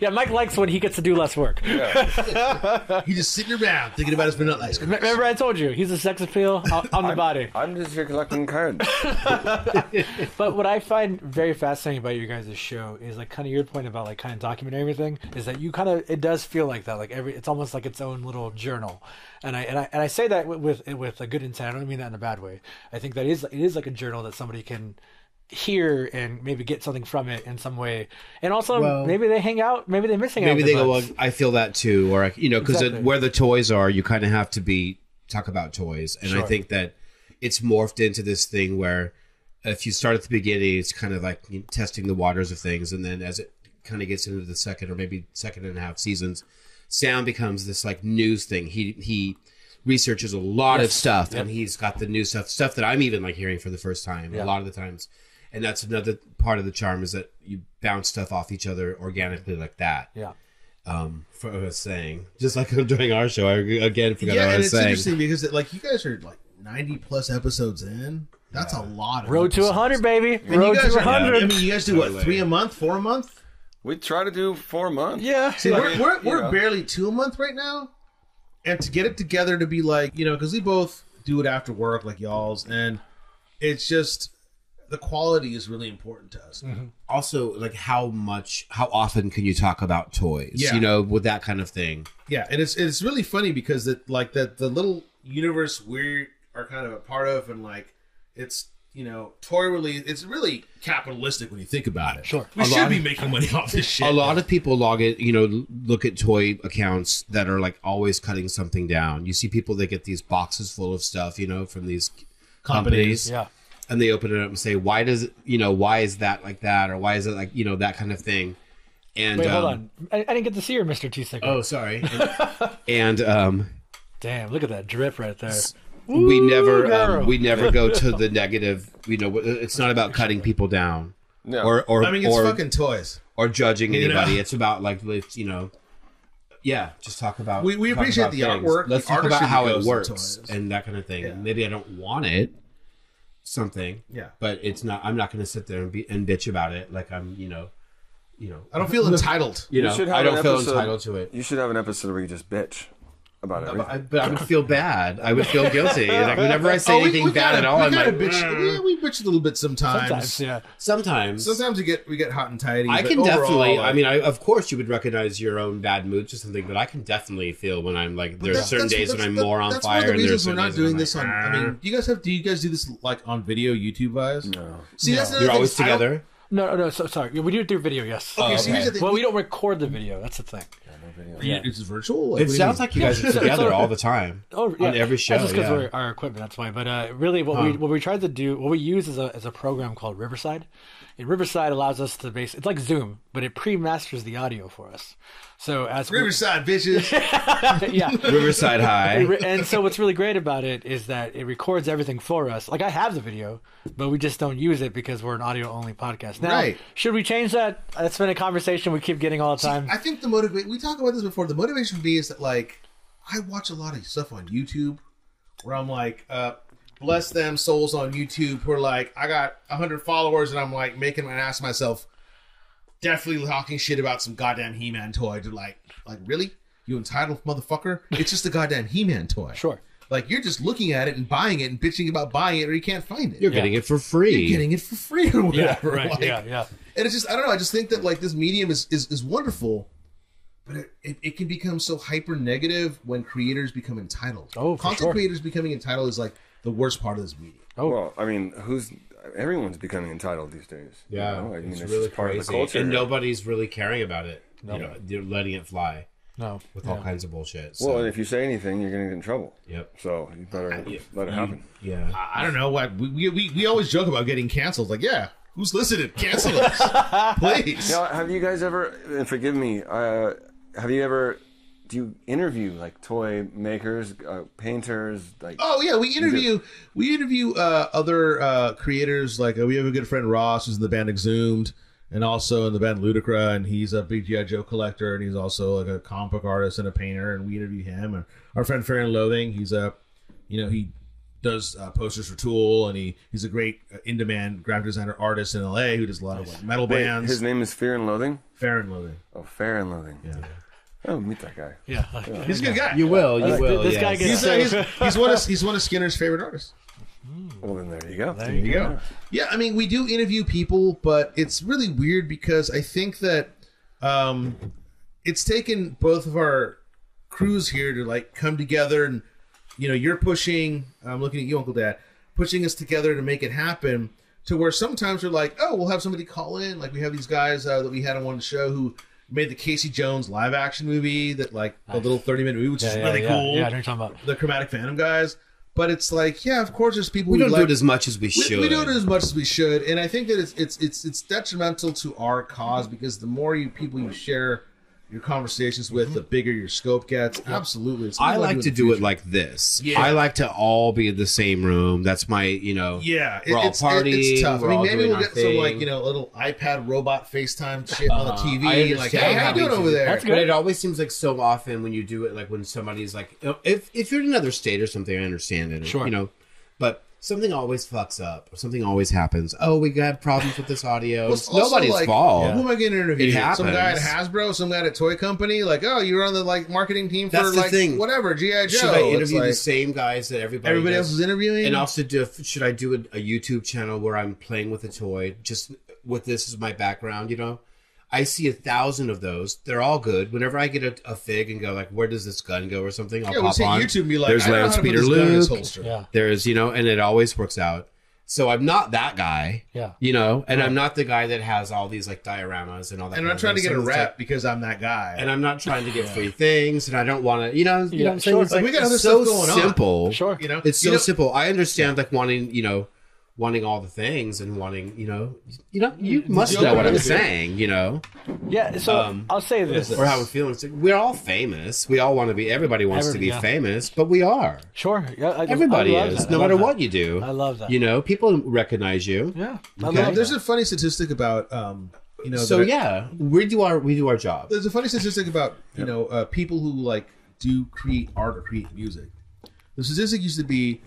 Speaker 2: Yeah, Mike likes when he gets to do less work.
Speaker 5: He's just sitting around thinking about his vanilla ice cream.
Speaker 2: Remember, I told you he's a sex appeal on, on the body.
Speaker 3: I'm just here collecting cards.
Speaker 2: But what I find very fascinating about your guys' show is like kind of your point about like kind of documenting everything is that you kind of it does feel like that like every it's almost like its own little journal, and I and I and I say that with with, with a good intent. I don't mean that in a bad way. I think that is it is like a journal that somebody can hear and maybe get something from it in some way, and also
Speaker 4: Well-
Speaker 2: maybe they hang out, maybe they miss hanging out.
Speaker 4: Maybe
Speaker 2: with
Speaker 4: they go, well,
Speaker 2: us.
Speaker 4: I feel that too, or I, you know, because
Speaker 2: Exactly.
Speaker 4: where the toys are, you kind of have to be talk about toys, and I think that it's morphed into this thing where if you start at the beginning, it's kind of like you know, testing the waters of things, and then as it kind of gets into the second or maybe second and a half seasons, Sam becomes this like news thing. He he researches a lot of stuff, and he's got the new stuff stuff that I'm even like hearing for the first time a lot of the times. And that's another part of the charm is that you bounce stuff off each other organically like that
Speaker 2: yeah.
Speaker 4: um for what I was saying. Just like during our show, I again forgot
Speaker 5: Yeah,
Speaker 4: what I
Speaker 5: and
Speaker 4: was
Speaker 5: it's
Speaker 4: saying.
Speaker 5: interesting because it, like you guys are like 90 plus episodes in. That's a lot. Of
Speaker 2: Road to
Speaker 5: episodes.
Speaker 2: hundred, baby.
Speaker 5: And
Speaker 2: Road
Speaker 5: you guys
Speaker 2: to
Speaker 5: are,
Speaker 2: hundred.
Speaker 5: I mean, you guys do what?
Speaker 4: Totally.
Speaker 5: Three a month? Four a month?
Speaker 3: We try to do four months.
Speaker 2: Yeah.
Speaker 5: See, we're, we're,
Speaker 3: you
Speaker 5: we're
Speaker 3: know.
Speaker 5: barely two a month right now. And to get it together to be like, you know, because we both do it after work, like y'all's, and it's just the quality is really important to us.
Speaker 4: Also, like how much, how often can you talk about toys?
Speaker 5: Yeah.
Speaker 4: You know, with that kind of thing.
Speaker 5: Yeah, and it's it's really funny because that like that the little universe we are kind of a part of, and like it's you know toy release. It's really capitalistic when you think about it.
Speaker 2: Sure.
Speaker 5: we
Speaker 2: A
Speaker 5: should
Speaker 2: lot-
Speaker 5: be making money off this shit.
Speaker 4: A lot of people log it, you know, l- look at toy accounts that are like always cutting something down. You see people that get these boxes full of stuff, you know, from these companies.
Speaker 2: Yeah.
Speaker 4: and they open it up and say, "Why does it, you know? Why is that like that? Or why is it like you know that kind of thing?" And
Speaker 2: Wait, hold
Speaker 4: um,
Speaker 2: on. I, I didn't get to see your Mr. T sticker.
Speaker 4: Oh, sorry. And, and um,
Speaker 2: Damn, look at that drip right there.
Speaker 4: we never
Speaker 2: girl.
Speaker 4: um, we never go to the negative you know it's not about cutting people down
Speaker 3: No.
Speaker 4: or or
Speaker 5: I mean, it's
Speaker 4: or,
Speaker 5: fucking toys.
Speaker 4: or judging
Speaker 5: know?
Speaker 4: anybody it's about like let's, you know yeah just talk about
Speaker 5: We- we
Speaker 4: talk
Speaker 5: appreciate
Speaker 4: about
Speaker 5: the artwork,
Speaker 4: let's
Speaker 5: the
Speaker 4: talk about
Speaker 5: artistry
Speaker 4: how
Speaker 5: that
Speaker 4: it
Speaker 5: goes
Speaker 4: works
Speaker 5: into it.
Speaker 4: and that kind of thing maybe i don't want it something
Speaker 5: Yeah.
Speaker 4: but it's not i'm not going to sit there and be and bitch about it like i'm you know you know
Speaker 5: I don't feel entitled.
Speaker 4: you
Speaker 3: You
Speaker 4: know
Speaker 3: Uh, should have
Speaker 4: i don't
Speaker 3: an
Speaker 4: feel
Speaker 3: episode-
Speaker 4: entitled to it
Speaker 3: You should have an episode where you just bitch about everything.
Speaker 4: I, but I would feel bad. I would feel guilty. Like whenever I say
Speaker 5: Oh, we-
Speaker 4: anything
Speaker 5: we
Speaker 4: bad
Speaker 5: gotta-
Speaker 4: at all,
Speaker 5: We
Speaker 4: I'm
Speaker 5: gotta
Speaker 4: like,
Speaker 5: bitch. yeah, we bitch a little bit sometimes.
Speaker 2: Mm. Sometimes, yeah.
Speaker 4: sometimes.
Speaker 5: Sometimes we get we get hot and tidy.
Speaker 4: I
Speaker 5: but
Speaker 4: can
Speaker 5: overall,
Speaker 4: definitely. I
Speaker 5: like-
Speaker 4: mean, I, of course, you would recognize your own bad moods or something, but I can definitely feel when I'm like. There's
Speaker 5: That's-
Speaker 4: certain
Speaker 5: that's-
Speaker 4: days when
Speaker 5: that's-
Speaker 4: I'm
Speaker 5: that-
Speaker 4: more on
Speaker 5: that's
Speaker 4: fire.
Speaker 5: One of
Speaker 4: and
Speaker 5: the
Speaker 4: there's
Speaker 5: reasons we're
Speaker 4: certain
Speaker 5: not
Speaker 4: days when
Speaker 5: doing
Speaker 4: I'm
Speaker 5: this on.
Speaker 4: like, "Ah."
Speaker 5: I
Speaker 2: Mm.
Speaker 5: mean, do you guys have? Do you guys do this like on video YouTube wise? No. See, that's another
Speaker 4: You're
Speaker 5: thing.
Speaker 4: always
Speaker 5: I-
Speaker 4: together. Oh,
Speaker 2: No, no, no. So sorry. We do it through video, yes.
Speaker 5: Okay, so here's the thing.
Speaker 2: Well, we don't record the video. That's the thing.
Speaker 5: You- It's virtual. Like,
Speaker 4: It
Speaker 5: what do you
Speaker 4: sounds
Speaker 5: mean?
Speaker 4: like you guys are
Speaker 2: So-
Speaker 4: together
Speaker 2: so-
Speaker 4: all the time
Speaker 2: Oh, yeah.
Speaker 4: on every show.
Speaker 2: That's just because
Speaker 4: yeah.
Speaker 2: we're our equipment. That's why. But uh, really, what we what we tried to do, what we use is a is a program called Riverside. And Riverside allows us to base. It's like Zoom, but it pre-masters the audio for us. So as we-
Speaker 5: Riverside bitches.
Speaker 2: yeah.
Speaker 4: Riverside High.
Speaker 2: Re- and so what's really great about it is that it records everything for us. Like I have the video, but we just don't use it because we're an audio only podcast. Now,
Speaker 5: Right.
Speaker 2: should we change that? That's been a conversation we keep getting all the time.
Speaker 5: I think the motivate. We talked about this before. The motivation for me is that like I watch a lot of stuff on YouTube where I'm like, uh, bless them souls on YouTube who are like, I got hundred followers and I'm like making an ass of myself, definitely talking shit about some goddamn He-Man toy. To like, like really, you entitled motherfucker? It's just a goddamn He-Man toy.
Speaker 2: Sure.
Speaker 5: Like you're just looking at it and buying it and bitching about buying it, or you can't find it.
Speaker 4: You're getting it for free.
Speaker 5: You're getting it for free or
Speaker 2: yeah,
Speaker 5: whatever.
Speaker 2: right.
Speaker 5: like-
Speaker 2: yeah, yeah.
Speaker 5: and it's just I don't know. I just think that like this medium is is, is wonderful, but it, it, it can become so hyper negative when creators become entitled.
Speaker 2: Oh, for
Speaker 5: content
Speaker 2: sure.
Speaker 5: creators becoming entitled is like the worst part of this medium.
Speaker 3: Well, I mean, who's everyone's becoming entitled these days. you
Speaker 4: Yeah,
Speaker 3: know? I mean,
Speaker 4: it's,
Speaker 3: it's,
Speaker 4: really
Speaker 3: just part
Speaker 4: crazy,
Speaker 3: of the culture.
Speaker 4: and nobody's really caring about it. You know, they're letting it fly
Speaker 2: No.
Speaker 4: with all kinds of bullshit. So,
Speaker 3: well, and if you say anything, you're going to get in trouble.
Speaker 4: yep,
Speaker 3: So you better let it happen.
Speaker 4: yeah.
Speaker 5: I, I don't know. Like, we, we we always joke about getting canceled. Like yeah, Who's listening? Cancel us, please.
Speaker 3: Now, have you guys ever? And forgive me. Uh, have you ever? Do you interview like toy makers, uh, painters? Like,
Speaker 5: Oh yeah, we interview we interview uh, other uh, creators. Like uh, we have a good friend Ross who's in the band Exhumed, and also in the band Ludacra, and he's a big GI Joe collector, and he's also like a comic book artist and a painter. And we interview him. And our friend Fair and Loathing, he's a you know he does uh, posters for Tool, and he he's a great uh, in demand graphic designer artist in LA who does a lot of like, metal
Speaker 3: Wait,
Speaker 5: bands.
Speaker 3: his name is Fear and Loathing.
Speaker 5: Fair and Loathing,
Speaker 3: Oh, Fear and Loathing.
Speaker 5: yeah,
Speaker 3: Oh, meet that guy.
Speaker 2: Yeah.
Speaker 5: he's a good guy.
Speaker 4: You will. You
Speaker 2: Like,
Speaker 4: will.
Speaker 2: this
Speaker 4: yes.
Speaker 2: guy gets
Speaker 5: He's, uh, he's, he's one of he's one of Skinner's favorite artists.
Speaker 3: Well, then there you go.
Speaker 2: There you go.
Speaker 5: Yeah, I mean, we do interview people, but it's really weird because I think that um, it's taken both of our crews here to like come together and you know you're pushing i'm looking at you uncle dad pushing us together to make it happen to where sometimes we're like oh we'll have somebody call in like we have these guys uh, that we had on one show who made the casey jones live action movie that like a little 30 minute movie which is
Speaker 2: Yeah,
Speaker 5: really
Speaker 2: yeah,
Speaker 5: cool
Speaker 2: Yeah, I know what you're talking about.
Speaker 5: the chromatic phantom guys but it's like yeah of course there's people
Speaker 4: We
Speaker 5: who
Speaker 4: don't
Speaker 5: like-
Speaker 4: do it as much as we should.
Speaker 5: we, we don't do as much as we should, and I think that it's it's it's it's detrimental to our cause because the more you people you share your conversations with, the bigger your scope gets. Absolutely, It's
Speaker 4: Mm-hmm. I
Speaker 5: something
Speaker 4: like to
Speaker 5: in the
Speaker 4: do it
Speaker 5: future.
Speaker 4: like this.
Speaker 5: Yeah.
Speaker 4: I like to all be in the same room. That's my, you know.
Speaker 5: Yeah, it-
Speaker 4: we're all
Speaker 5: it's, it- it's
Speaker 4: partying,
Speaker 5: tough.
Speaker 4: we're
Speaker 5: I mean,
Speaker 4: all
Speaker 5: maybe
Speaker 4: doing
Speaker 5: we'll
Speaker 4: our
Speaker 5: get some like
Speaker 4: thing.
Speaker 5: you know little iPad robot FaceTime shit on the
Speaker 4: Uh, I
Speaker 5: TV. Like, hey,
Speaker 4: understand
Speaker 5: how you doing
Speaker 4: we
Speaker 5: over
Speaker 4: do
Speaker 5: there?
Speaker 4: that, But it always seems like so often when you do it, like when somebody's like, if if you're in another state or something, I understand it.
Speaker 2: Sure.
Speaker 4: You know, but something always fucks up or something always happens. Oh, we got problems with this audio.
Speaker 5: Well,
Speaker 4: It's
Speaker 5: also,
Speaker 4: nobody's
Speaker 5: like,
Speaker 4: fault.
Speaker 5: Who am I getting interviewed?
Speaker 4: It
Speaker 5: Some guy at
Speaker 4: happens.
Speaker 5: Hasbro, some guy at a toy company. Like, oh, you're on the like marketing team for
Speaker 4: That's the
Speaker 5: like
Speaker 4: thing.
Speaker 5: whatever GI Joe.
Speaker 4: Should I
Speaker 5: It's
Speaker 4: interview
Speaker 5: like,
Speaker 4: the same guys that everybody
Speaker 5: everybody
Speaker 4: does?
Speaker 5: else is interviewing?
Speaker 4: And also, do should I do a, a YouTube channel where I'm playing with a toy, just with this as my background? You know, I see a thousand of those. They're all good. Whenever I get a, a fig and go like, "Where does this gun go?" or something, I'll
Speaker 5: yeah, we'll
Speaker 4: pop
Speaker 5: see
Speaker 4: on.
Speaker 5: YouTube and be like,
Speaker 4: There's
Speaker 5: I don't know how to put
Speaker 4: Landspeeder
Speaker 5: this gun in this
Speaker 4: Luke.
Speaker 5: holster.
Speaker 2: Yeah.
Speaker 4: There's you know, and it always works out. So I'm not that guy.
Speaker 2: Yeah.
Speaker 4: You know, and I'm not the guy that has all these like dioramas and all that. kind
Speaker 5: and I'm not
Speaker 4: of
Speaker 5: trying to
Speaker 4: thing.
Speaker 5: get a
Speaker 4: So it's
Speaker 5: rep
Speaker 4: like-
Speaker 5: because I'm that guy.
Speaker 4: and I'm not trying to get free things, and I don't want to. You know, you know
Speaker 2: Yeah,
Speaker 4: what I'm saying?
Speaker 2: sure.
Speaker 4: It's like,
Speaker 5: We got
Speaker 4: it's
Speaker 5: other
Speaker 4: so
Speaker 5: stuff going on.
Speaker 4: simple.
Speaker 2: Sure.
Speaker 5: you know,
Speaker 4: It's so
Speaker 5: You know,
Speaker 4: simple. I understand like wanting, you know, wanting all the things and wanting, you know, you know, you must
Speaker 5: the
Speaker 4: know what
Speaker 5: other
Speaker 4: I'm
Speaker 5: way.
Speaker 4: saying, you know,
Speaker 2: Yeah, so
Speaker 4: Um,
Speaker 2: I'll say this.
Speaker 4: or how I'm feeling. It's like, we're all famous. We all want to be. Everybody wants to
Speaker 2: Every-
Speaker 4: be
Speaker 2: yeah.
Speaker 4: famous, but we are.
Speaker 2: Sure. Yeah, I- I
Speaker 4: Everybody
Speaker 2: love
Speaker 4: is.
Speaker 2: that. I
Speaker 4: No
Speaker 2: love
Speaker 4: matter
Speaker 2: that.
Speaker 4: what you do,
Speaker 2: I love that.
Speaker 4: You know, people recognize you.
Speaker 2: Yeah. I
Speaker 4: Okay.
Speaker 2: love
Speaker 5: there's
Speaker 2: that.
Speaker 5: a funny statistic about um, you know.
Speaker 4: So
Speaker 5: that-
Speaker 4: yeah, we do our we do our job.
Speaker 5: there's a funny statistic about you know uh, people who like do create art or create music. The statistic used to be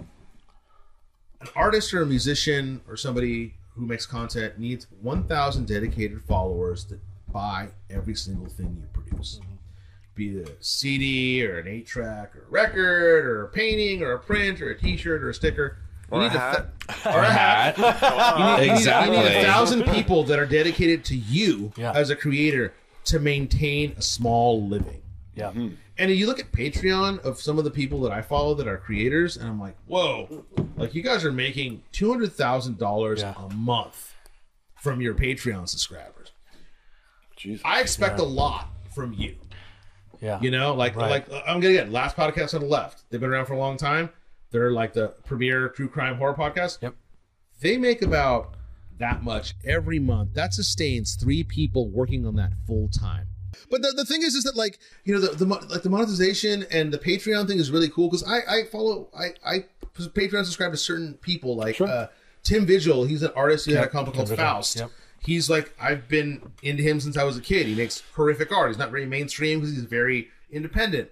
Speaker 5: an artist or a musician or somebody who makes content needs 1,000 dedicated followers that buy every single thing you produce. Be it a CD or an eight track or a record or a painting or a print or a T-shirt or a sticker. You
Speaker 3: Or a
Speaker 5: need a
Speaker 3: hat.
Speaker 5: thou- or a hat. You need- You need a
Speaker 4: Exactly.
Speaker 5: thousand people that are dedicated to you
Speaker 2: Yeah.
Speaker 5: as a creator to maintain a small living.
Speaker 2: Yeah.
Speaker 5: And you look at Patreon of some of the people that I follow that are creators, and I'm like, whoa, like you guys are making two hundred thousand dollars
Speaker 2: Yeah.
Speaker 5: a month from your Patreon subscribers.
Speaker 3: Jesus.
Speaker 5: I expect a lot from you.
Speaker 2: Yeah.
Speaker 5: You know, like
Speaker 2: Right.
Speaker 5: like I'm gonna get last podcast on the left. They've been around for a long time. They're like the premier true crime horror podcast.
Speaker 2: Yep.
Speaker 5: They make about that much every month. That sustains three people working on that full time. But the, the thing is, is that like you know the, the mo- like the monetization and the Patreon thing is really cool because I I follow I I Patreon subscribe to certain people like uh, Tim Vigil. He's an artist. He had a comic called Faust.
Speaker 2: Yep.
Speaker 5: He's like I've been into him since I was a kid. He makes horrific art. He's not very mainstream because he's very independent.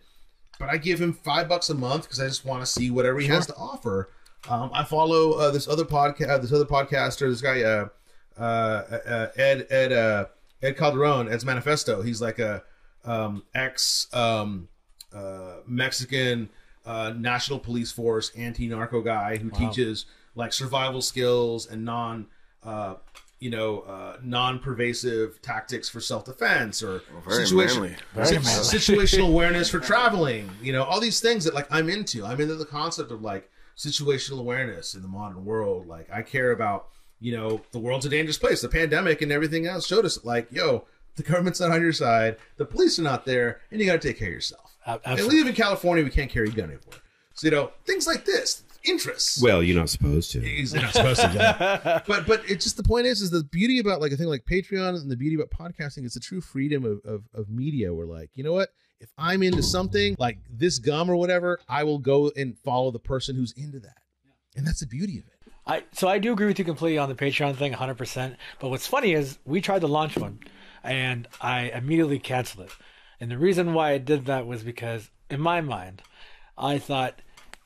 Speaker 5: But I give him five bucks a month because I just want to see whatever he has to offer. Um, I follow uh, this other podcast, uh, this other podcaster, this guy uh, uh, uh, Ed Ed uh, Ed Calderon, Ed's Manifesto. He's like a um, ex um, uh, Mexican uh, National Police Force anti-narco guy who teaches like survival skills and non, uh, you know, uh, non-pervasive tactics for self-defense or
Speaker 3: very
Speaker 5: situation-
Speaker 3: manly.
Speaker 5: si- situational awareness for traveling. You know, all these things that like I'm into. I'm into the concept of like situational awareness in the modern world. Like I care about you know the world's a dangerous place. The pandemic and everything else showed us like yo. The government's not on your side. The police are not there, and you got to take care of yourself.
Speaker 2: Ab-
Speaker 5: And
Speaker 2: absolutely.
Speaker 5: we live in California. We can't carry a gun anymore. So you know things like this. interests.
Speaker 4: Well, you're not supposed to.
Speaker 5: He's not supposed to. yeah. But but it's just the point is is the beauty about like a thing like Patreon and the beauty about podcasting is the true freedom of of, of media. We're like, you know what? If I'm into something like this gum or whatever, I will go and follow the person who's into that, and that's the beauty of it.
Speaker 2: I so I do agree with you completely on the Patreon thing, 100%. But what's funny is we tried to launch one, and I immediately canceled it. And the reason why I did that was because in my mind, I thought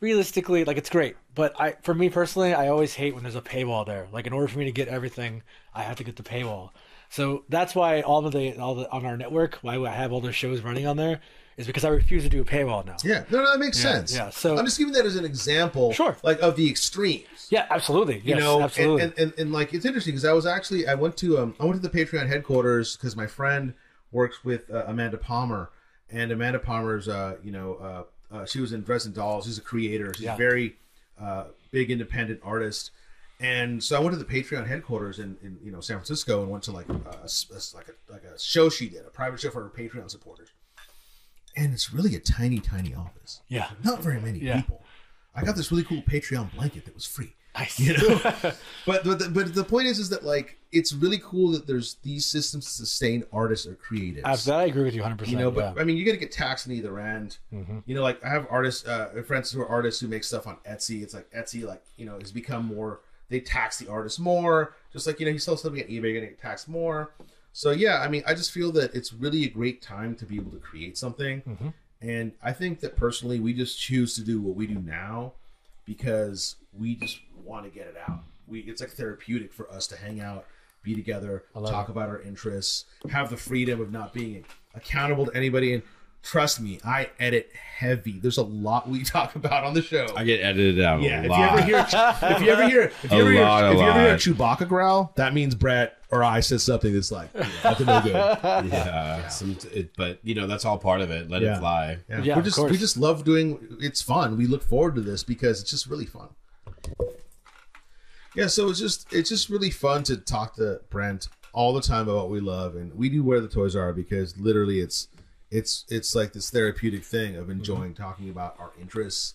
Speaker 2: realistically, like it's great, but I for me personally, I always hate when there's a paywall there. Like in order for me to get everything, I have to get the paywall. So that's why all of the all the on our network, why I have all those shows running on there, is because I refuse to do a paywall now.
Speaker 5: Yeah, no, no, that makes sense.
Speaker 2: yeah, so-
Speaker 5: I'm just giving that as an example,
Speaker 2: Sure.
Speaker 5: like of the extremes.
Speaker 2: Yeah, absolutely. Yes,
Speaker 5: you know
Speaker 2: absolutely.
Speaker 5: And, and, and, and like it's interesting because i was actually i went to um i went to the patreon headquarters because my friend works with uh, amanda palmer and amanda palmer's uh you know uh, uh she was in dresden dolls she's a creator she's
Speaker 2: Yeah.
Speaker 5: a very uh big independent artist and so I went to the Patreon headquarters in, in you know San Francisco and went to like a, s- a s- like a like a show she did a private show for her Patreon supporters, and it's really a tiny tiny office
Speaker 2: yeah.
Speaker 5: not very many
Speaker 2: Yeah.
Speaker 5: people. I got this really cool Patreon blanket that was free.
Speaker 2: Nice.
Speaker 5: You know, but but the, but the point is, is that like it's really cool that there's these systems to sustain artists or creatives.
Speaker 2: Abs- that I agree with you 100%.
Speaker 5: You know, but
Speaker 2: yeah.
Speaker 5: I mean, you got to get taxed on either end. You know, like I have artists, uh, friends who are artists who make stuff on Etsy. It's like Etsy, like you know, has become more. They tax the artist more, just like you know, you sell something on eBay, you're gonna get taxed more. So yeah, I mean, I just feel that it's really a great time to be able to create something. And I think that personally, we just choose to do what we do now because we just want to get it out. We it's like therapeutic for us to hang out, be together, talk about our interests, have the freedom of not being accountable to anybody. And trust me, I edit heavy. There's a lot we talk about on the show.
Speaker 4: I get edited out
Speaker 5: yeah,
Speaker 4: a
Speaker 5: if you
Speaker 4: lot.
Speaker 5: ever hear, if you ever hear, if you
Speaker 4: A
Speaker 5: ever hear,
Speaker 4: lot, a
Speaker 5: if you ever hear a
Speaker 4: lot.
Speaker 5: Chewbacca growl, that means Brett or I said something that's like yeah, nothing no good.
Speaker 4: yeah, some- it- but you know that's all part of it. Let
Speaker 5: Yeah.
Speaker 4: it fly.
Speaker 5: Yeah,
Speaker 2: Yeah,
Speaker 5: we
Speaker 2: of
Speaker 5: just
Speaker 2: course.
Speaker 5: we just love doing. It's fun. We look forward to this because it's just really fun. Yeah, so it's just it's just really fun to talk to Brent all the time about what we love, and we do where the toys are because literally it's it's it's like this therapeutic thing of
Speaker 4: Mm-hmm.
Speaker 5: enjoying talking about our interests,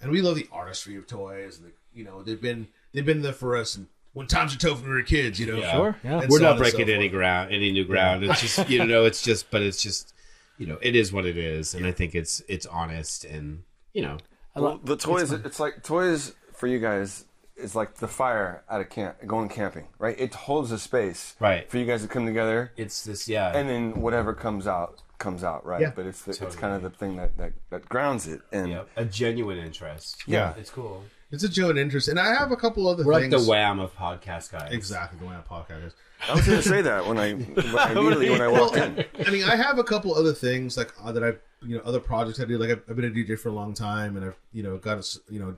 Speaker 5: and we love the artistry of toys. And the, you know, they've been they've been there for us, and when times are tough when we were kids, you know,
Speaker 4: Yeah. Sure,
Speaker 2: yeah.
Speaker 5: and
Speaker 4: We're
Speaker 5: so
Speaker 4: not
Speaker 5: on and so
Speaker 4: breaking any
Speaker 5: forth.
Speaker 4: ground, any new ground. It's just you know, it's just, but it's just, you know, it is what it is, and I think it's it's honest and you know,
Speaker 3: Well, the toys, it's like toys for you guys is like the fire out of camp, going camping, right? It holds a space,
Speaker 4: Right.
Speaker 3: for you guys to come together,
Speaker 4: it's this yeah.
Speaker 3: and then whatever comes out comes out, right?
Speaker 5: Yeah.
Speaker 3: But it's the, it's kind of the thing that, that, that grounds it, and
Speaker 4: yeah, a genuine interest.
Speaker 3: Yeah.
Speaker 4: it's cool.
Speaker 5: It's a joint interest, and I have a couple other
Speaker 4: We're like
Speaker 5: things.
Speaker 4: the wham of podcast guys.
Speaker 5: Exactly the way I podcast is.
Speaker 3: I was going to say that when I when I- immediately when I walked in.
Speaker 5: I mean, I have a couple other things like uh, that I've you know other projects I do. Like I've, I've been a DJ for a long time, and I've you know got us you know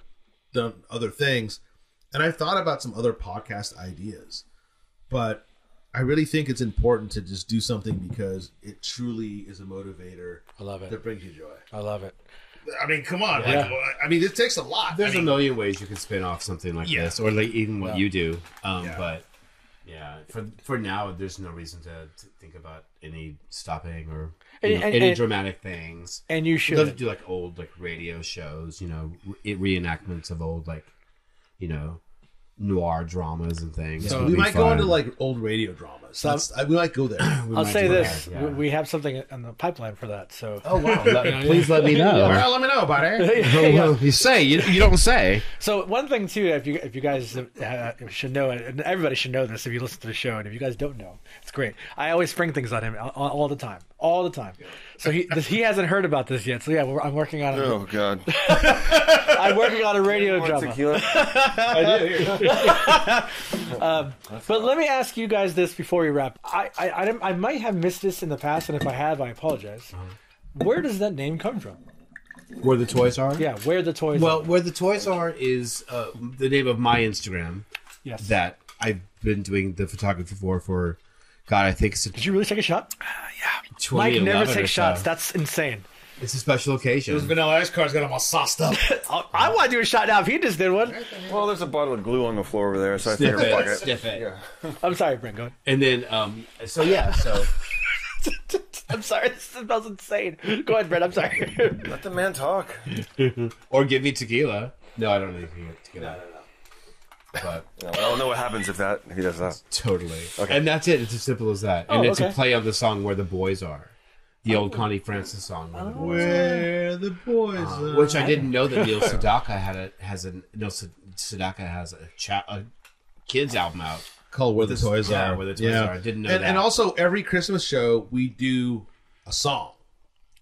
Speaker 5: done other things, and I've thought about some other podcast ideas, but I really think it's important to just do something because it truly is a motivator
Speaker 2: I love it.
Speaker 5: that brings you joy.
Speaker 2: I love it.
Speaker 5: I mean, come on,
Speaker 2: Yeah.
Speaker 5: like, well, I- I mean, it takes a lot.
Speaker 4: There's
Speaker 5: I mean,
Speaker 4: a million ways you can spin off something like
Speaker 5: Yeah.
Speaker 4: this, or like even what you do. Um,
Speaker 5: Yeah.
Speaker 4: But yeah, for for now, there's no reason to, to think about any stopping or you
Speaker 2: And-
Speaker 4: know,
Speaker 2: and-
Speaker 4: any
Speaker 2: and-
Speaker 4: dramatic things.
Speaker 2: And you should.
Speaker 4: Love to do like old like radio shows, you know, re- reenactments of old like, you know, noir dramas and things.
Speaker 5: so
Speaker 4: would
Speaker 5: we
Speaker 4: be
Speaker 5: might go
Speaker 4: fun.
Speaker 5: into like old radio dramas. That's, I, we might go there.
Speaker 4: We
Speaker 2: I'll
Speaker 4: might
Speaker 2: say
Speaker 4: do that,
Speaker 2: this:
Speaker 4: yeah.
Speaker 2: we, we have something in the pipeline for that. So,
Speaker 4: Oh wow! Let- please let me know.
Speaker 5: well, let me know, buddy.
Speaker 4: Well, you say you, you don't say.
Speaker 2: so one thing too, if you if you guys uh, should know, and everybody should know this if you listen to the show, and if you guys don't know, it's great. I always spring things on him all, all the time, all the time. So he this, he hasn't heard about this yet. So yeah, we're, I'm working on a,
Speaker 3: Oh God!
Speaker 2: I'm working on a radio
Speaker 3: Want
Speaker 2: drama.
Speaker 3: tequila?
Speaker 2: But let me ask you guys this before we wrap. I I, I, didn't- I might have missed this in the past, and if I have, I apologize.
Speaker 4: Uh-huh.
Speaker 2: Where does that name come from?
Speaker 4: Where the toys are?
Speaker 2: Yeah, where the toys?
Speaker 4: Well,
Speaker 2: are.
Speaker 4: where the toys are is uh, the name of my Instagram
Speaker 2: yes.
Speaker 4: that I've been doing the photography for for. God, I think it's a
Speaker 2: Did you really take a shot?
Speaker 4: 2011
Speaker 2: Mike never
Speaker 4: or
Speaker 2: takes shots.
Speaker 4: So.
Speaker 2: That's insane.
Speaker 4: It's a special occasion.
Speaker 5: Vanilla Ice Car's got them all sauced up.
Speaker 2: I, I want to do a shot now. If he just did one,
Speaker 3: Well, there's a bottle of glue on the floor over there, so I
Speaker 4: Sniff
Speaker 3: figured fuck
Speaker 4: it,
Speaker 3: it.
Speaker 4: sniff it.
Speaker 2: I'm sorry, Brent. Go ahead.
Speaker 4: And then, um, so yeah, so
Speaker 2: I'm sorry. This smells insane. Go ahead, Brent. I'm sorry.
Speaker 3: Let the man talk.
Speaker 4: or give me tequila. No, I don't need to get, to get out. But
Speaker 3: You know, I don't know what happens if that if he does that.
Speaker 4: totally. And that's it. It's as simple as that. and it's a play on the song Where the Boys Are. The old Connie Francis song, Where the Boys
Speaker 5: Where the boys are.
Speaker 4: which I didn't know that Neil Sedaka had a has a Neil Sed- Sedaka has a, cha- a kids album out.
Speaker 5: called Where the
Speaker 4: This-
Speaker 5: Toys
Speaker 4: yeah,
Speaker 5: Are.
Speaker 4: Where the Toys Are. I didn't know
Speaker 5: and,
Speaker 4: that.
Speaker 5: And also, every Christmas show, we do a song.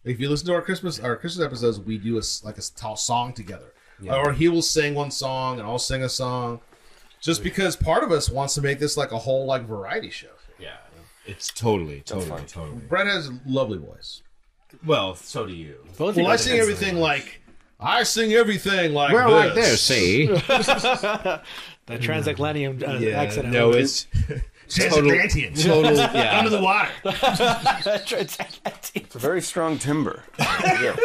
Speaker 5: If you listen to our Christmas our Christmas episodes, we do a s- like a s- t- song together, or he will sing one song and I'll sing a song, just because part of us wants to make this like a whole like variety show.
Speaker 4: Yeah, it's totally, totally, totally.
Speaker 5: Brett has a lovely voice.
Speaker 4: Well, so do you.
Speaker 2: Both
Speaker 5: Well,
Speaker 2: you
Speaker 5: I
Speaker 2: guys
Speaker 5: sing
Speaker 2: are-
Speaker 5: everything like I sing everything like
Speaker 4: Well,
Speaker 5: this.
Speaker 4: like there, see.
Speaker 2: The transatlantic uh, accent.
Speaker 4: no, it's total, total. Yeah,
Speaker 5: the water.
Speaker 2: Transatlantic.
Speaker 3: It's a very strong timber. yeah.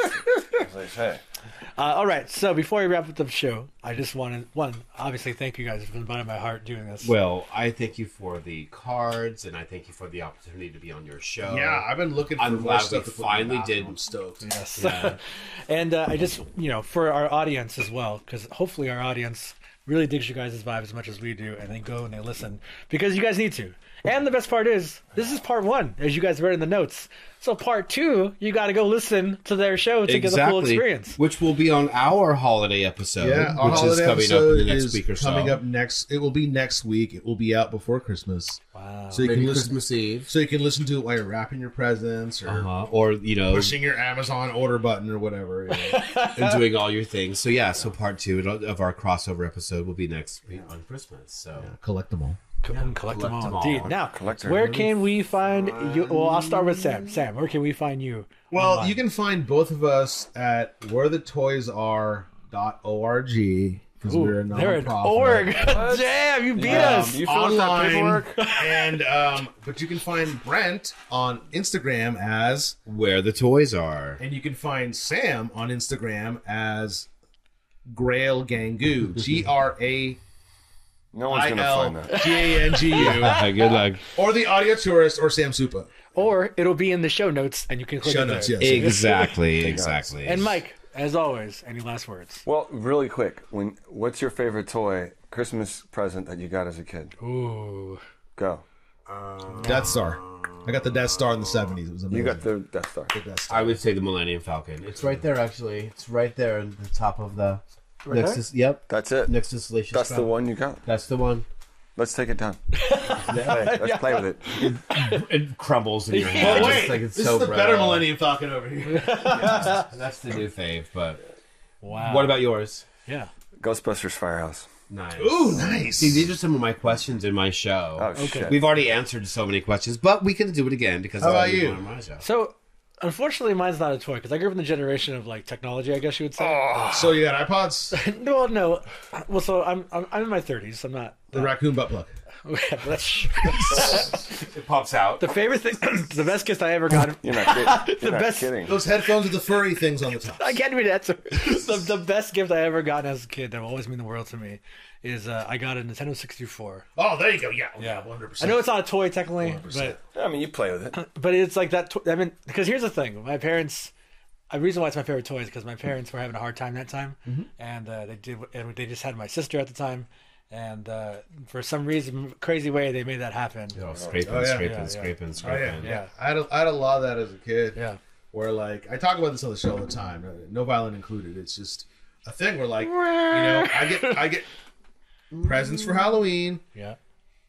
Speaker 3: As they say.
Speaker 2: Uh, all right. So before we wrap up the show, I just wanted one. Obviously, thank you guys. It's been bottom of my heart doing this.
Speaker 4: Well, I thank you for the cards, and I thank you for the opportunity to be on your show.
Speaker 5: Yeah, I've been looking for
Speaker 4: I'm
Speaker 5: more
Speaker 4: glad
Speaker 5: stuff
Speaker 4: we
Speaker 5: to put in the
Speaker 4: finally
Speaker 5: album.
Speaker 4: did.
Speaker 5: I'm stoked.
Speaker 2: Yes. and uh, I just, you know, for our audience as well, because hopefully our audience really digs you guys' vibe as much as we do, and they go and they listen because you guys need to. And the best part is, this is part one, as you guys read in the notes. So part two, you got to go listen to their show to get the full experience.
Speaker 4: which will be on our holiday episode,
Speaker 5: Yeah, our
Speaker 4: which
Speaker 5: holiday
Speaker 4: is coming
Speaker 5: episode
Speaker 4: up in the next
Speaker 5: is
Speaker 4: week or so.
Speaker 5: coming up next. It will be next week. It will be out before Christmas. Wow! So you
Speaker 4: Maybe
Speaker 5: can listen.
Speaker 4: Christmas Eve,
Speaker 5: So you can listen to it while you're wrapping your presents or
Speaker 4: uh-huh. or you know,
Speaker 5: pushing your Amazon order button or whatever. you know.
Speaker 4: and doing all your things. So yeah, so part two of our crossover episode will be next week on Christmas. So
Speaker 5: Collect them all.
Speaker 2: Co- and collect, them
Speaker 4: collect
Speaker 2: all,
Speaker 4: them all.
Speaker 2: indeed. Now,
Speaker 3: Collector.
Speaker 2: where can we find you? Well, I'll start with Sam. Sam, where can we find you?
Speaker 5: Well,
Speaker 2: online?
Speaker 5: you can find both of us at where the toys are dot org because
Speaker 2: Ooh,
Speaker 5: we're a
Speaker 2: they're an
Speaker 5: nonprofit. Um,
Speaker 2: org. Damn, you beat us.
Speaker 3: you fill out that
Speaker 5: Online
Speaker 3: paperwork?
Speaker 5: and um, but you can find Brent on Instagram as
Speaker 4: where the toys are.
Speaker 5: And you can find Sam on Instagram as Grail Gangu. G R A
Speaker 3: No one's
Speaker 5: I
Speaker 3: gonna
Speaker 5: L
Speaker 3: find that.
Speaker 5: G A N G U.
Speaker 4: Good luck.
Speaker 5: Or the audio tourist or Sam Supa.
Speaker 2: Or it'll be in the show notes, and you can click
Speaker 5: Show
Speaker 2: it
Speaker 5: notes,
Speaker 2: there.
Speaker 5: yes.
Speaker 4: Exactly. Exactly.
Speaker 2: And Mike, as always, any last words?
Speaker 3: Well, really quick, when what's your favorite toy Christmas present that you got as a kid?
Speaker 2: Ooh.
Speaker 3: Go.
Speaker 5: Death Star. I got the Death Star in the 70s. It was amazing.
Speaker 3: You got the Death Star.
Speaker 5: Death Star.
Speaker 4: I would say the Millennium Falcon. It's right there, actually. It's right there in the top of the Nexus. Yep.
Speaker 3: That's it.
Speaker 4: Next to Salacious.
Speaker 3: That's
Speaker 4: Crowd.
Speaker 3: the one you got.
Speaker 4: That's the one.
Speaker 3: Let's take it down. let's play, let's play with it.
Speaker 4: It crumbles in your hand.
Speaker 5: Wait,
Speaker 4: It's like it's
Speaker 5: this
Speaker 4: so
Speaker 5: is the
Speaker 4: brittle.
Speaker 5: better Millennium Falcon over here.
Speaker 4: That's the new fave. But
Speaker 2: Wow.
Speaker 4: what about yours?
Speaker 2: Yeah.
Speaker 3: Ghostbusters Firehouse.
Speaker 4: Nice.
Speaker 5: Ooh, nice.
Speaker 4: See, these are some of my questions in my show.
Speaker 3: Oh shit.
Speaker 4: We've already answered so many questions, but we can do it again because
Speaker 5: How
Speaker 4: I
Speaker 5: about
Speaker 4: already
Speaker 5: you?
Speaker 4: won my show.
Speaker 2: So, unfortunately, mine's not a toy because I grew up in the generation of like technology. I guess you would say.
Speaker 5: so you got iPods,
Speaker 2: No, no. Well, so I'm I'm, I'm in my thirties. I'm not.
Speaker 5: the raccoon butt plug.
Speaker 2: That's
Speaker 4: It pops out.
Speaker 2: the favorite thing. the best gift I ever got.
Speaker 3: You're not, kid- you're not
Speaker 2: best-
Speaker 3: kidding.
Speaker 5: Those headphones with the furry things on the top.
Speaker 2: I can't even answer. The, the best gift I ever gotten as a kid that will always mean the world to me is uh, I got a Nintendo 64.
Speaker 5: Oh, there you go. Yeah,
Speaker 2: Yeah.
Speaker 5: yeah, 100%.
Speaker 2: I know it's not a toy technically, but
Speaker 5: 100%.
Speaker 3: I mean, you play with it.
Speaker 2: but it's like that. To- I mean, because here's the thing: my parents. The reason why it's my favorite toy is because my parents were having a hard time that time, and uh, they did, and they just had my sister at the time, and uh, for some reason, crazy way, they made that happen.
Speaker 4: Oh, scraping,
Speaker 5: yeah.
Speaker 4: scraping,
Speaker 2: Yeah, yeah.
Speaker 4: scraping,
Speaker 5: Oh,
Speaker 4: scraping.
Speaker 5: yeah, yeah. I had, a, I had a lot of that as a kid.
Speaker 2: Yeah.
Speaker 5: where like I talk about this on the show all the time, uh, no violin included. It's just a thing where like you know I get I get presents for Halloween.
Speaker 2: Yeah.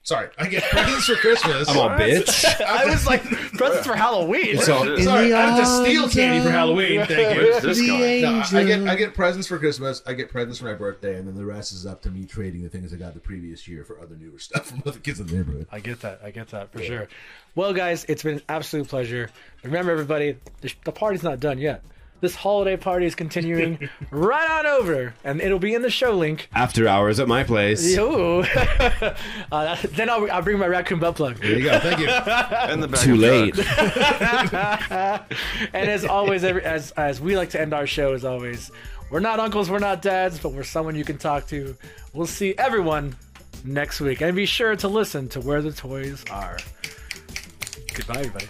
Speaker 5: Sorry, I get presents for Christmas.
Speaker 4: Come on, bitch.
Speaker 2: I was like, presents for Halloween.
Speaker 4: so,
Speaker 5: Sorry, I have to steal candy for Halloween. Thank you.
Speaker 3: This guy.
Speaker 5: No, I I get I get presents for Christmas. I get presents for my birthday, and then the rest is up to me trading the things I got the previous year for other newer stuff from other kids in the neighborhood.
Speaker 2: I get that. I get that for sure. Well, guys, it's been an absolute pleasure. Remember, everybody, the, sh- the party's not done yet. This holiday party is continuing right on over, and it'll be in the show link
Speaker 4: After hours at my place.
Speaker 2: Yo. uh, then I'll, I'll bring my raccoon butt plug.
Speaker 5: There you go. Thank you.
Speaker 3: And the bag
Speaker 4: Too
Speaker 3: of
Speaker 4: late.
Speaker 3: drugs.
Speaker 2: And as always, every, as as we like to end our show, as always, we're not uncles, we're not dads, but we're someone you can talk to. We'll see everyone next week, and be sure to listen to where the toys are. Goodbye, everybody.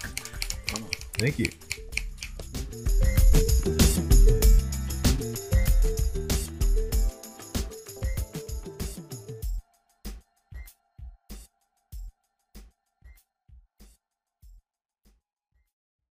Speaker 5: Thank you.